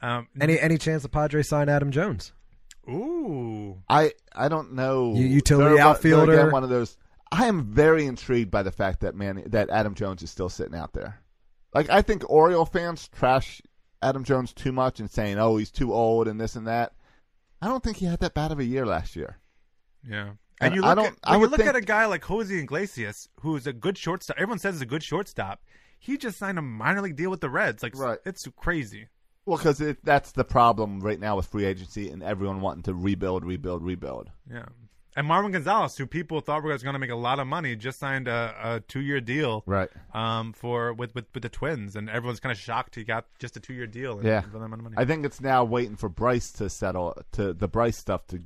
C: Um,
E: any any chance the Padres sign Adam Jones?
C: ooh.
B: I I don't know.
E: U- utility
B: They're- they're
E: outfielder.
B: again one of those. I am very intrigued by the fact that Manny that Adam Jones is still sitting out there. Like I think Oriole fans trash Adam Jones too much and saying, "Oh, he's too old" and this and that. I don't think he had that bad of a year last year.
C: Yeah.
B: And
C: And you
B: I
C: look,
B: don't-
C: at,
B: I
C: when you
B: would
C: look
B: think-
C: at a guy like Jose Iglesias, who's a good shortstop. Everyone says he's a good shortstop. He just signed a minor league deal with the Reds. Like,
B: Right.
C: it's crazy.
B: Well, because that's the problem right now with free agency and everyone wanting to rebuild, rebuild, rebuild.
C: Yeah. And Marvin Gonzalez, who people thought was going to make a lot of money, just signed a, a two-year deal,
B: Right.
C: Um, for with, with with the Twins, and everyone's kind of shocked he got just a two-year deal. And
B: Yeah.
C: for that amount of money.
B: I think it's now waiting for Bryce to settle to the Bryce stuff to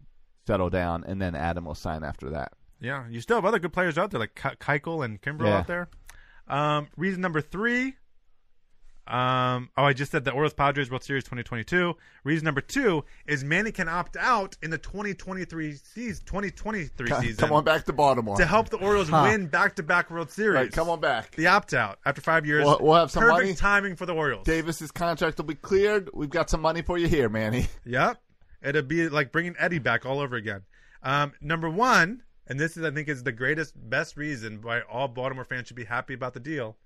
B: settle down, and then Adam will sign after that.
C: yeah, you still have other good players out there like Ke- Keuchel and Kimbrel
B: Yeah.
C: out there. Um, reason number three. Um, oh, I just said the Orioles Padres World Series 2022. Reason number two is Manny can opt out in the 2023 season. 2023 season.
B: Come on back to Baltimore.
C: to help the Orioles win back-to-back World Series.
B: Right, come on back.
C: The opt out after five years.
B: We'll- we'll have some
C: perfect
B: money.
C: timing for the Orioles.
B: Davis's contract will be cleared. We've got some money for you here, Manny.
C: Yep, it'd be like bringing Eddie back all over again. Um, number one, and this is I think is the greatest, best reason why all Baltimore fans should be happy about the deal.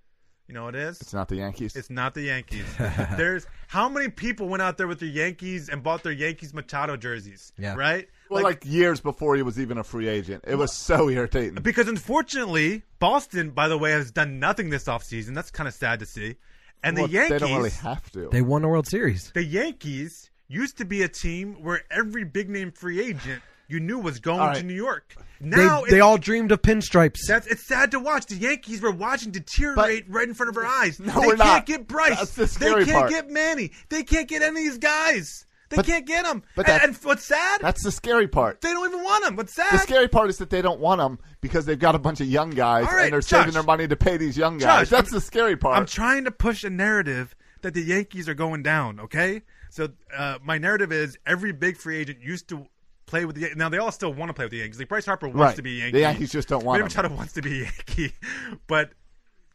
C: You know what it is?
B: It's not the Yankees.
C: It's not the Yankees. There's how many people went out there with their Yankees and bought their Yankees Machado jerseys?
E: Yeah.
C: Right.
B: well, like, years before he was even a free agent. It was so irritating.
C: Because unfortunately, Boston, by the way, has done nothing this offseason. That's kind of sad to see. And
B: Well,
C: the Yankees
B: they don't really have to.
E: They won the World Series.
C: the Yankees used to be a team where every big name free agent you knew was going
B: All right.
C: to New York.
E: They,
C: Now
E: they
C: it's,
E: all dreamed of pinstripes.
C: that's it's sad to watch. The Yankees were watching deteriorate right in front of our eyes.
B: No,
C: they
B: we're
C: can't
B: not.
C: get Bryce.
B: That's the scary
C: they can't
B: part.
C: get Manny. They can't get any of these guys. They
B: But-
C: can't get them.
B: but
C: and,
B: that-
C: and what's sad?
B: That's the scary part.
C: they don't even want them. What's sad?
B: The scary part is that they don't want them because they've got a bunch of young guys
C: All right,
B: and they're
C: Josh.
B: saving their money to pay these young guys.
C: Josh,
B: That's
C: I'm-
B: the scary part.
C: I'm trying to push a narrative that the Yankees are going down. Okay, so uh, my narrative is every big free agent used to play with the Yan- now they all still want to play with the Yankees. Like Bryce Harper wants
B: Right.
C: to be
B: The
C: a Yankee.
B: Yankees just don't want
C: Manny
B: him.
C: Machado wants to be a Yankee, but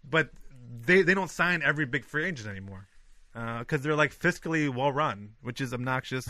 C: but they they don't sign every big free agent anymore because they're like fiscally well run, which is obnoxious.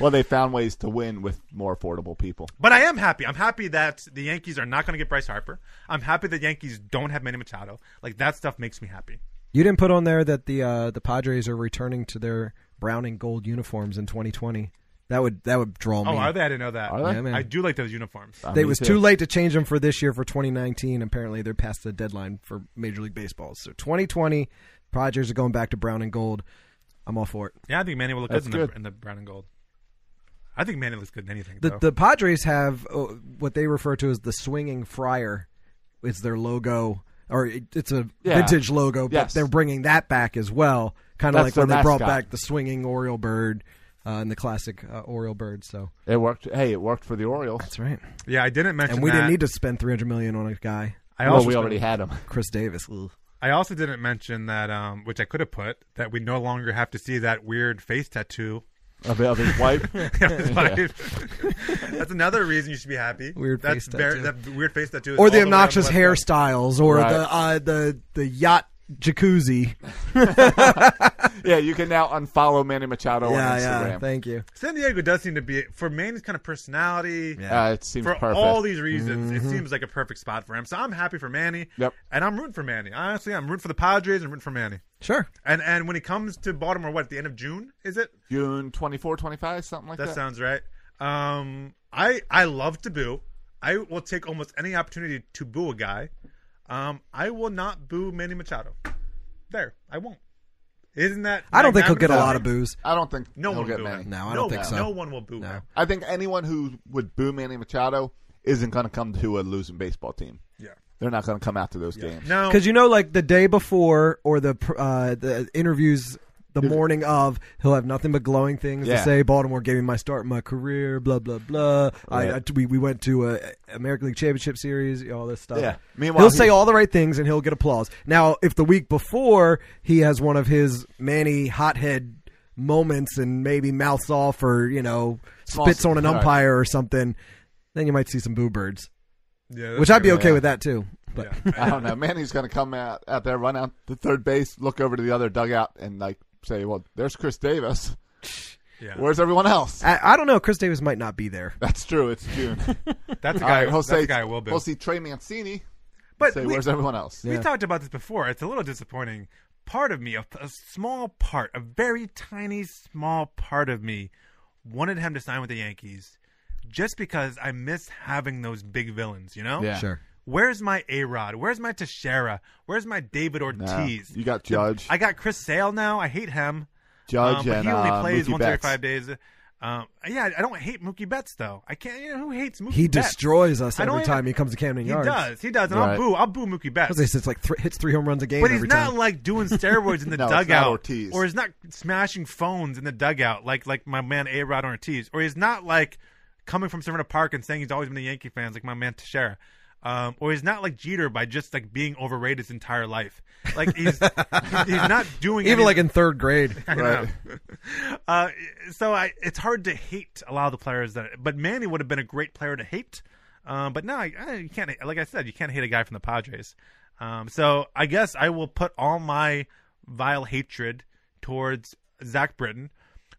B: well, they found ways to win with more affordable people.
C: But I am happy. I'm happy that the Yankees are not going to get Bryce Harper. I'm happy the Yankees don't have Manny Machado. Like that stuff makes me happy.
E: You didn't put on there that the uh, the Padres are returning to their brown and gold uniforms in 2020. That would that would draw me.
C: Oh, are they? I didn't know that.
B: Are they?
E: Yeah, man.
C: I do like those uniforms.
B: Uh,
E: They- it
B: me
E: was too. late to change them for this year for 2019. Apparently, they're past the deadline for Major League Baseball. So 2020, Padres are going back to brown and gold. I'm all for it.
C: Yeah, I think Manny will look
B: That's
C: good, in,
B: good.
C: The, in the brown and gold. I think Manny looks good in anything.
E: The
C: though.
E: the Padres have uh, what they refer to as the swinging friar. It's their logo, or it, it's a
B: Yeah.
E: vintage logo, but
B: Yes.
E: they're bringing that back as well. Kind of
B: That's
E: like when
B: their
E: they brought
B: mascot.
E: back the swinging Oriole bird uh, and the classic uh, Oriole bird. So
B: It worked. Hey, it worked for the Orioles.
E: that's right.
C: yeah, I didn't mention
E: And we didn't
C: that.
E: need to spend 300 million on a guy,
C: I
B: well,
C: also
B: we already had him.
E: Chris Davis. Ugh.
C: I also didn't mention that, um, which I could have put, that we no longer have to see that weird face tattoo.
B: Of, of his wife.
C: on his wife. That's another reason you should be happy.
E: Weird
C: That's
E: face
C: very-
E: tattoo.
C: That weird face tattoo. is
E: Or
C: all
E: the
C: way on
E: obnoxious
C: left side.
E: hairstyles, or
B: Right.
E: the uh, the the yacht jacuzzi.
B: yeah, you can now unfollow Manny Machado
E: yeah,
B: on Instagram.
E: yeah. Thank you.
C: San Diego does seem to be for Manny's kind of personality.
B: Uh, it seems
C: For
B: perfect.
C: all these reasons,
E: Mm-hmm.
C: it seems like a perfect spot for him. So I'm happy for Manny.
B: Yep.
C: And I'm rooting for Manny. Honestly, I'm rooting for the Padres and rooting for Manny.
E: Sure.
C: And and when it comes to Baltimore, what at the end of June is it?
B: June 24, 25, something like
C: That
B: that.
C: sounds right. Um, I I love to boo. I will take almost any opportunity to boo a guy. Um, I will not boo Manny Machado. There, I won't. Isn't that?
E: I don't think he'll get a
C: magnanimous?
E: lot of boos.
B: I don't think
C: No
B: he'll
C: one will
B: get
C: boo
B: Manny.
C: him.
E: No, I don't think so.
C: No one will boo
E: No.
C: him.
B: I think anyone who would boo Manny Machado isn't going to come to a losing baseball team.
C: Yeah.
B: They're not going to come out to those games.
C: No.
E: Because you know, like the day before or the pr- uh, the interviews the morning of, he'll have nothing but glowing things to
B: Yeah.
E: say. Baltimore gave me my start, in my career, blah blah blah. I, I,
B: Right.
E: we we went to a American League Championship Series, you know, all this stuff.
B: Yeah. Meanwhile,
E: Meanwhile, he'll
B: he-
E: say all the right things and he'll get applause. Now, if the week before he has one of his Manny hothead moments and maybe mouths off or you know
B: Small-
E: spits on an
B: all right.
E: umpire or something, then you might see some boo birds,
C: Yeah, that's
E: which I'd be
C: true.
E: okay
B: Yeah.
E: with that too. But
C: Yeah.
B: I don't know. Manny's going to come out, out there, run out the third base, look over to the other dugout, and like say, "Well, there's Chris Davis.
C: Yeah.
B: Where's everyone else?"
E: I, I don't know. Chris Davis might not be there.
B: That's true. It's June.
C: That's a
B: All
C: guy.
B: right, he'll
C: that's a
B: say,
C: guy I will boo.
B: We'll see Trey Mancini.
C: but
B: say,
C: we-
B: "Where's everyone else?"
C: We talked about this before. It's a little disappointing. Part of me, a, a small part, a very tiny, small part of me, wanted him to sign with the Yankees, just because I miss having those big villains. You know?
B: Yeah.
E: Sure.
C: Where's my A Rod? Where's my Teixeira? Where's my David Ortiz?
B: you got Judge.
C: I got Chris Sale now. I hate him.
B: Judge
C: Um, but
B: and
C: he only
B: uh,
C: plays
B: Mookie
C: once every
B: Betts.
C: five days. Um, yeah, I don't hate Mookie Betts though. I can't. You know who hates Mookie?
E: He
C: Betts?
E: destroys us
C: I don't
E: every
C: even-
E: time he comes to Camden
C: He
E: Yards.
C: does. He does. And I'll
B: Right.
C: boo. I'll boo Mookie Betts.
E: What is this? It's like th- hits three home runs a game
C: But he's
E: every
C: not
E: time.
C: like doing steroids in the
B: No, it's not
C: dugout,
B: Ortiz.
C: or he's not smashing phones in the dugout like like my man A Rod Ortiz, or he's not like coming from Serena Park and saying he's always been a Yankee fan like my man Teixeira, um, or he's not like Jeter by just like being overrated his entire life. Like he's he's he's not doing
E: even
C: any-
E: like in third grade.
B: Right.
C: uh, so I, it's hard to hate a lot of the players that, but Manny would have been a great player to hate. Um, but no, I, I, you can't. Like I said, you can't hate a guy from the Padres. Um, so I guess I will put all my vile hatred towards Zach Britton,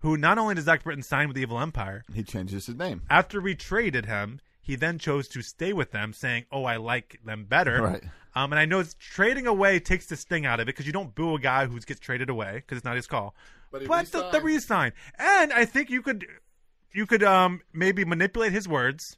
C: who not only did Zach Britton sign with the Evil Empire,
B: He changes his name.
C: after we traded him, he then chose to stay with them, saying, "Oh, I like them better."
B: Right.
C: Um, and I know it's trading away takes the sting out of it because you don't boo a guy who gets traded away because it's not his call.
B: But he
C: the, the resign, and I think you could, you could um maybe manipulate his words,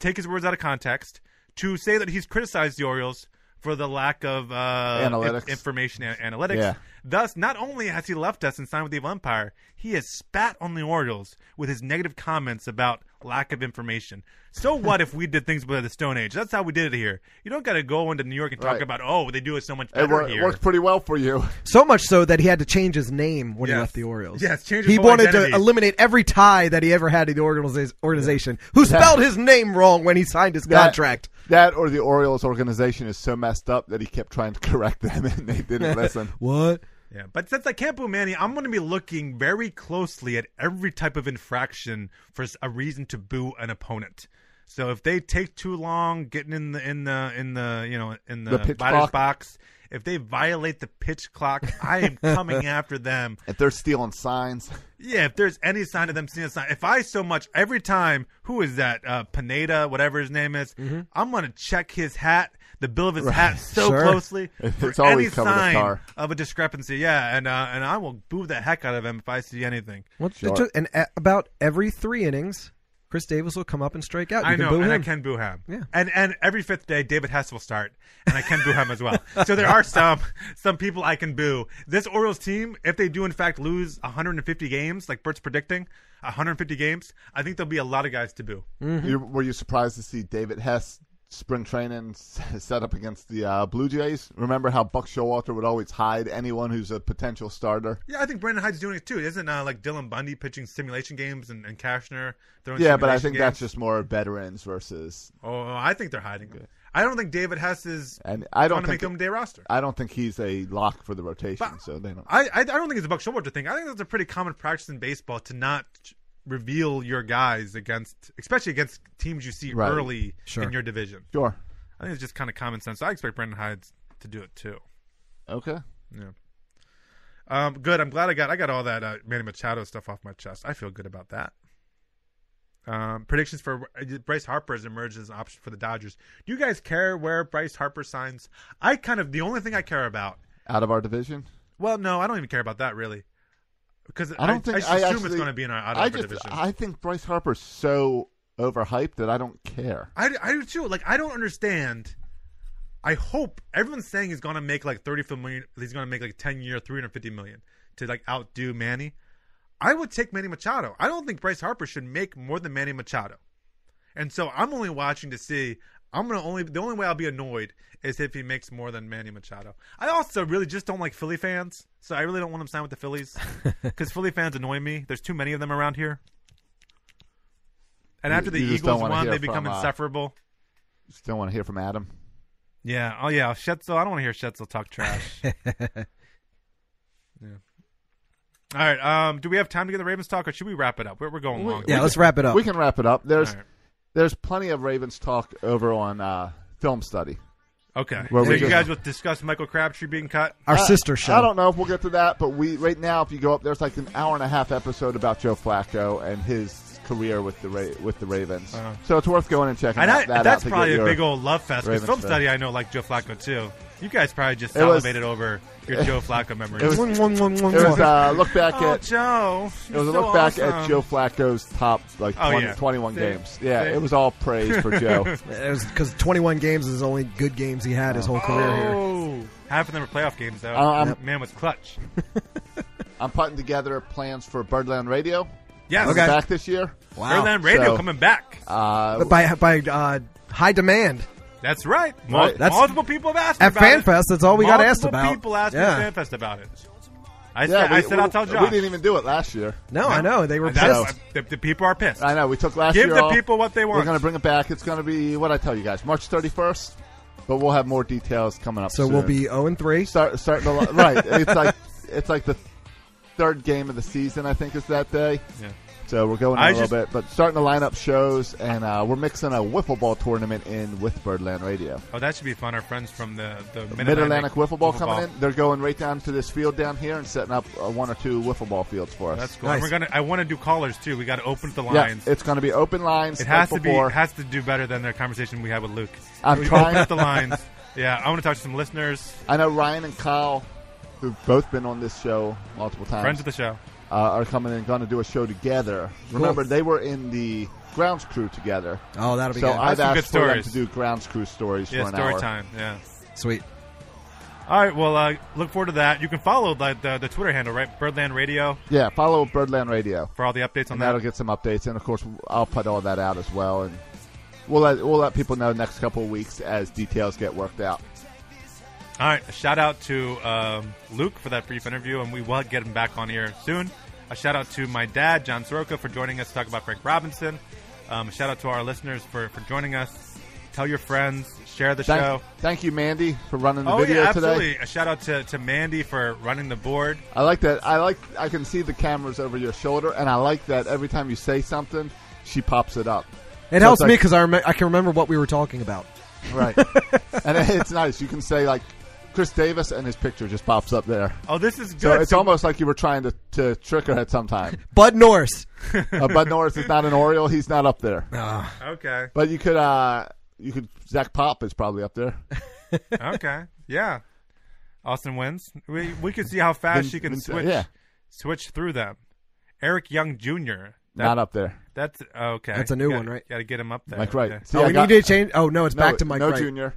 C: take his words out of context to say that he's criticized the Orioles for the lack of uh,
B: Analytics.
C: in- information and analytics.
B: Yeah.
C: Thus, not only has he left us and signed with the Evil Empire, he has spat on the Orioles with his negative comments about lack of information. So what if we did things by the Stone Age? That's how we did it here. You don't got to go into New York and talk
B: Right.
C: about oh they do it so much better
B: It, wor- it
C: here.
B: worked pretty well for you.
E: So much so that he had to change his name when he
C: Yes.
E: left the Orioles.
C: Yes, change his
E: He
C: whole
E: wanted
C: identity.
E: to eliminate every tie that he ever had to the organiza- organization, who spelled his name wrong when he signed his
B: That-
E: contract.
B: That or the Orioles organization is so messed up that he kept trying to correct them and they didn't listen.
E: What?
C: Yeah, but since I can't boo Manny, I'm going to be looking very closely at every type of infraction for s- a reason to boo an opponent. So if they take too long getting in the in the in the you know in the,
B: The pitch
C: batter's
B: clock.
C: box, if they violate the pitch clock, I am coming after them.
B: If they're stealing signs,
C: Yeah, if there's any sign of them seeing a sign, if I so much every time, who is that? Uh, Pineda, whatever his name is,
E: Mm-hmm.
C: I'm gonna check his hat, the bill of his hat, so
E: Sure.
C: closely
B: It's always
C: for any
B: covered in
C: sign
B: tar.
C: of a discrepancy. Yeah, and uh, and I will boo the heck out of him if I see anything.
E: What's
B: Sure.
E: the, and a- about every three innings, Chris Davis will come up and strike out. You
C: I
E: can
C: know,
E: boo
C: and I
E: him.
C: can boo him.
E: Yeah.
C: And and every fifth day, David Hess will start, and I can boo him as well. So there are some some people I can boo. This Orioles team, if they do in fact lose 150 games, like Bert's predicting, 150 games, I think there'll be a lot of guys to boo.
B: you, were you surprised to see David Hess spring training s- set up against the uh, Blue Jays? Remember how Buck Showalter would always hide anyone who's a potential starter?
C: Yeah, I think Brandon Hyde's doing it too. Isn't uh, like Dylan Bundy pitching simulation games and, and Kashner throwing?
B: Yeah, but I
C: simulation
B: think that's
C: games?
B: just more veterans versus,
C: Oh, I think they're hiding. him. I don't think David Hess is.
B: and I
C: going
B: don't
C: to make
B: think
C: him day roster.
B: I don't think he's a lock for the rotation.
C: But-
B: so they don't.
C: I, I I don't think it's a Buck Showalter thing. I think that's a pretty common practice in baseball to not reveal your guys against, especially against teams you see
B: Right.
C: early
E: Sure.
C: in your division.
B: Sure.
C: I think it's just kind of common sense. I expect Brandon Hyde to do it too.
B: Okay.
C: Um, good. I'm glad I got I got all that uh, Manny Machado stuff off my chest. I feel good about that. Um, predictions for Bryce Harper as emerged as an option for the Dodgers. Do you guys care where Bryce Harper signs? I kind of the only thing I care about.
B: Out of our division.
C: Well, no, I don't even care about that really, because
B: I don't think
C: I, should assume it's going to be in our out of
B: I
C: our
B: just,
C: division. I,
B: I think Bryce Harper's so overhyped that I don't care.
C: I do too. Like I don't understand. I hope everyone's saying he's going to make like 30 million. He's going to make like 10 year 350 million to like outdo Manny. I would take Manny Machado. I don't think Bryce Harper should make more than Manny Machado. And so I'm only watching to see. I'm gonna only the only way I'll be annoyed is if he makes more than Manny Machado. I also really just don't like Philly fans, so I really don't want him signed with the Phillies because Philly fans annoy me. There's too many of them around here. And
B: You-
C: after the
B: you just don't
C: Eagles
B: wanna
C: won,
B: hear
C: they become
B: from, uh,
C: insufferable.
B: Still want to hear from Adam.
C: Yeah. Oh yeah. Shetzel. I don't want to hear Shetzel talk trash. yeah. All right. Um. Do we have time to get the Ravens talk, or should we wrap it up? We're, we're going long.
E: yeah, let's wrap it up.
B: We can wrap it up.
C: All
B: There's
C: right.
B: there's plenty of Ravens talk over on uh, film study.
C: Okay.
B: Well,
C: so
B: we
C: you
B: just-
C: guys will discuss Michael Crabtree being cut.
E: Our
B: Uh,
E: sister show.
B: I don't know if we'll get to that, but we right now, if you go up, there's like an hour and a half episode about Joe Flacco and his career with the Ra- with the Ravens. So it's worth going and checking
C: Uh-huh. And I,
B: that, that
C: that's
B: out to
C: probably
B: get
C: a
B: your-
C: big old love fest. Because
B: Ravens
C: film
B: fan.
C: study, I know, like Joe Flacco too. You guys probably just
B: It was-
C: salivated over your Joe Flacco memories.
B: was-
E: Mwah, mwah, mwah, mwah,
B: It was
E: mwah.
B: uh, look back
C: oh,
B: at
C: Joe.
B: It was a look back at Joe Flacco's top like
C: Oh,
B: 20,
C: yeah.
B: 21
C: See?
B: games. Yeah,
C: See?
B: it was all praise for Joe.
E: It was because 21 games is the only good games he had his whole career here.
C: Oh, half of them were playoff games though.
B: Um,
C: Man was clutch.
B: I'm putting together plans for Birdland Radio.
C: Yes.
B: It's
E: Okay.
B: back this year.
C: Birdland Radio
B: So-
C: coming back.
B: Uh,
E: But by by uh, high demand
C: That's right. Mul-
B: Right.
E: That's-
C: multiple people have asked
E: at
C: about it.
E: FanFest, that's all we got
C: Multiple
E: asked about.
C: People asked me
E: Yeah.
C: at FanFest about it. I
B: yeah,
C: said,
B: we,
C: I said I'll tell
B: we-
C: Josh.
B: We didn't even do it last year.
E: No, I know they were
C: That's-
E: pissed.
C: the, the people are pissed.
B: I know we took last
C: Give
B: year.
C: the
B: off.
C: people what they want.
B: We're going to bring it back. It's going to be what I tell you guys, March 31st. But we'll have more details coming up.
E: So
B: soon.
E: we'll be 0 and 3.
B: start starting a lot. right. It's like it's like the third game of the season. I think is that day.
C: Yeah.
B: So we're going in
C: I
B: a little bit,
C: just-
B: but starting to line up shows, and uh, we're mixing a wiffle ball tournament in with Birdland Radio.
C: Oh, that should be fun. Our friends from the, the
B: Mid Atlantic wiffle ball coming in. They're going right down to this field down here and setting up uh, one or two wiffle ball fields for us.
C: That's cool.
E: Nice.
C: And we're gonna. I want to do callers too. We got to open up the
B: yeah,
C: lines.
B: it's going to be open lines.
C: it has
B: like
C: to be.
B: before.
C: Has to do better than the conversation we had with Luke.
B: I'm
C: we
B: trying.
C: Open up the lines. Yeah, I want to talk to some listeners,
B: I know Ryan and Kyle, who've both been on this show multiple times,
C: friends of the show.
B: uh, are coming and going to do a show together. Remember, they were in the grounds crew together.
E: Oh, that'll be
B: so
E: good.
B: I've
C: That's some
B: asked
C: good
B: for them
C: stories.
B: to do grounds crew stories
C: Yeah,
B: for an
C: story
B: hour.
C: time. Yeah.
E: Sweet.
C: All right. Well, uh, look forward to that. You can follow the, the the Twitter handle, right? Birdland Radio
B: Yeah, follow Birdland Radio.
C: for all the updates on
B: and that'll
C: that.
B: get some updates. And of course, I'll put all that out as well, and we'll let we'll let people know next couple of weeks as details get worked out.
C: All right. A shout out to um, Luke for that brief interview, and we will get him back on here soon. A shout out to my dad, John Soroka, for joining us to talk about Frank Robinson. Um, a shout out to our listeners for, for joining us. Tell your friends, share the
B: Thank,
C: show.
B: thank you, Mandy, for running the
C: Oh
B: video
C: yeah,
B: today.
C: absolutely. A shout out to, to Mandy for running the board.
B: I like that. I like I can see the cameras over your shoulder, and I like that every time you say something, she pops it up.
E: It
B: So
E: helps
B: it's
E: me
B: like-
E: 'cause me because I, rem- I can remember what we were talking about.
B: Right, and it's nice. You can say like Chris Davis, and his picture just pops up there.
C: Oh, this is good.
B: So it's almost like you were trying to, to trick her at some time.
E: Bud Norris.
B: uh, Bud Norris is not an Oriole; he's not up there.
C: okay.
B: But you could uh you could Zach Pop is probably up there.
C: okay. Yeah. Austin wins. We we can see how fast she can
B: Vin-
C: switch
B: yeah.
C: switch through them. Eric Young Jr. That-
B: not up there.
C: That's oh, okay.
E: That's a new
C: Gotta-
E: one, right?
C: Gotta get him up there.
B: Mike Wright.
C: Okay.
B: See,
E: oh,
B: I
E: we
B: got-
E: need to change. Oh no, it's
B: no,
E: back to Mike
B: no
E: Wright.
B: junior.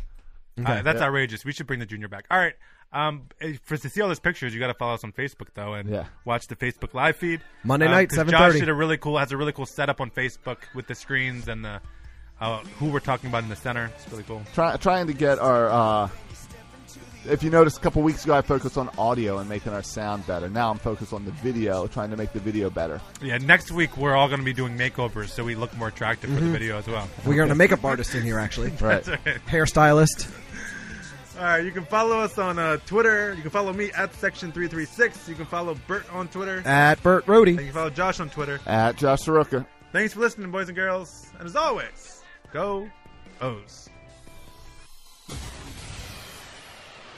C: Uh, that's outrageous. We should bring the junior back. All right. Um, eh, for to see all those pictures, you got to follow us on Facebook though, and
B: Yeah.
C: watch the Facebook live feed
E: Monday
C: Um,
E: night,
C: 'cause
E: 7:30.
C: Josh did a really cool has a really cool setup on Facebook with the screens and the uh, who we're talking about in the center. It's really cool.
B: Try, trying to get our. Uh, if you noticed, a couple weeks ago, I focused on audio and making our sound better. Now I'm focused on the video, trying to make the video better.
C: Yeah. Next week we're all gonna be doing makeovers, so we look more attractive for
E: Mm-hmm.
C: the video as well.
E: We got a makeup artist in here actually.
B: Right.
E: Hairstylist.
C: All right, you can follow us on uh, Twitter. You can follow me at Section336. You can follow Bert on Twitter. And
E: At Burt
C: you
E: Rohde.
C: can follow Josh on Twitter.
B: At Josh Soroka.
C: Thanks for listening, boys and girls. And as always, go O's.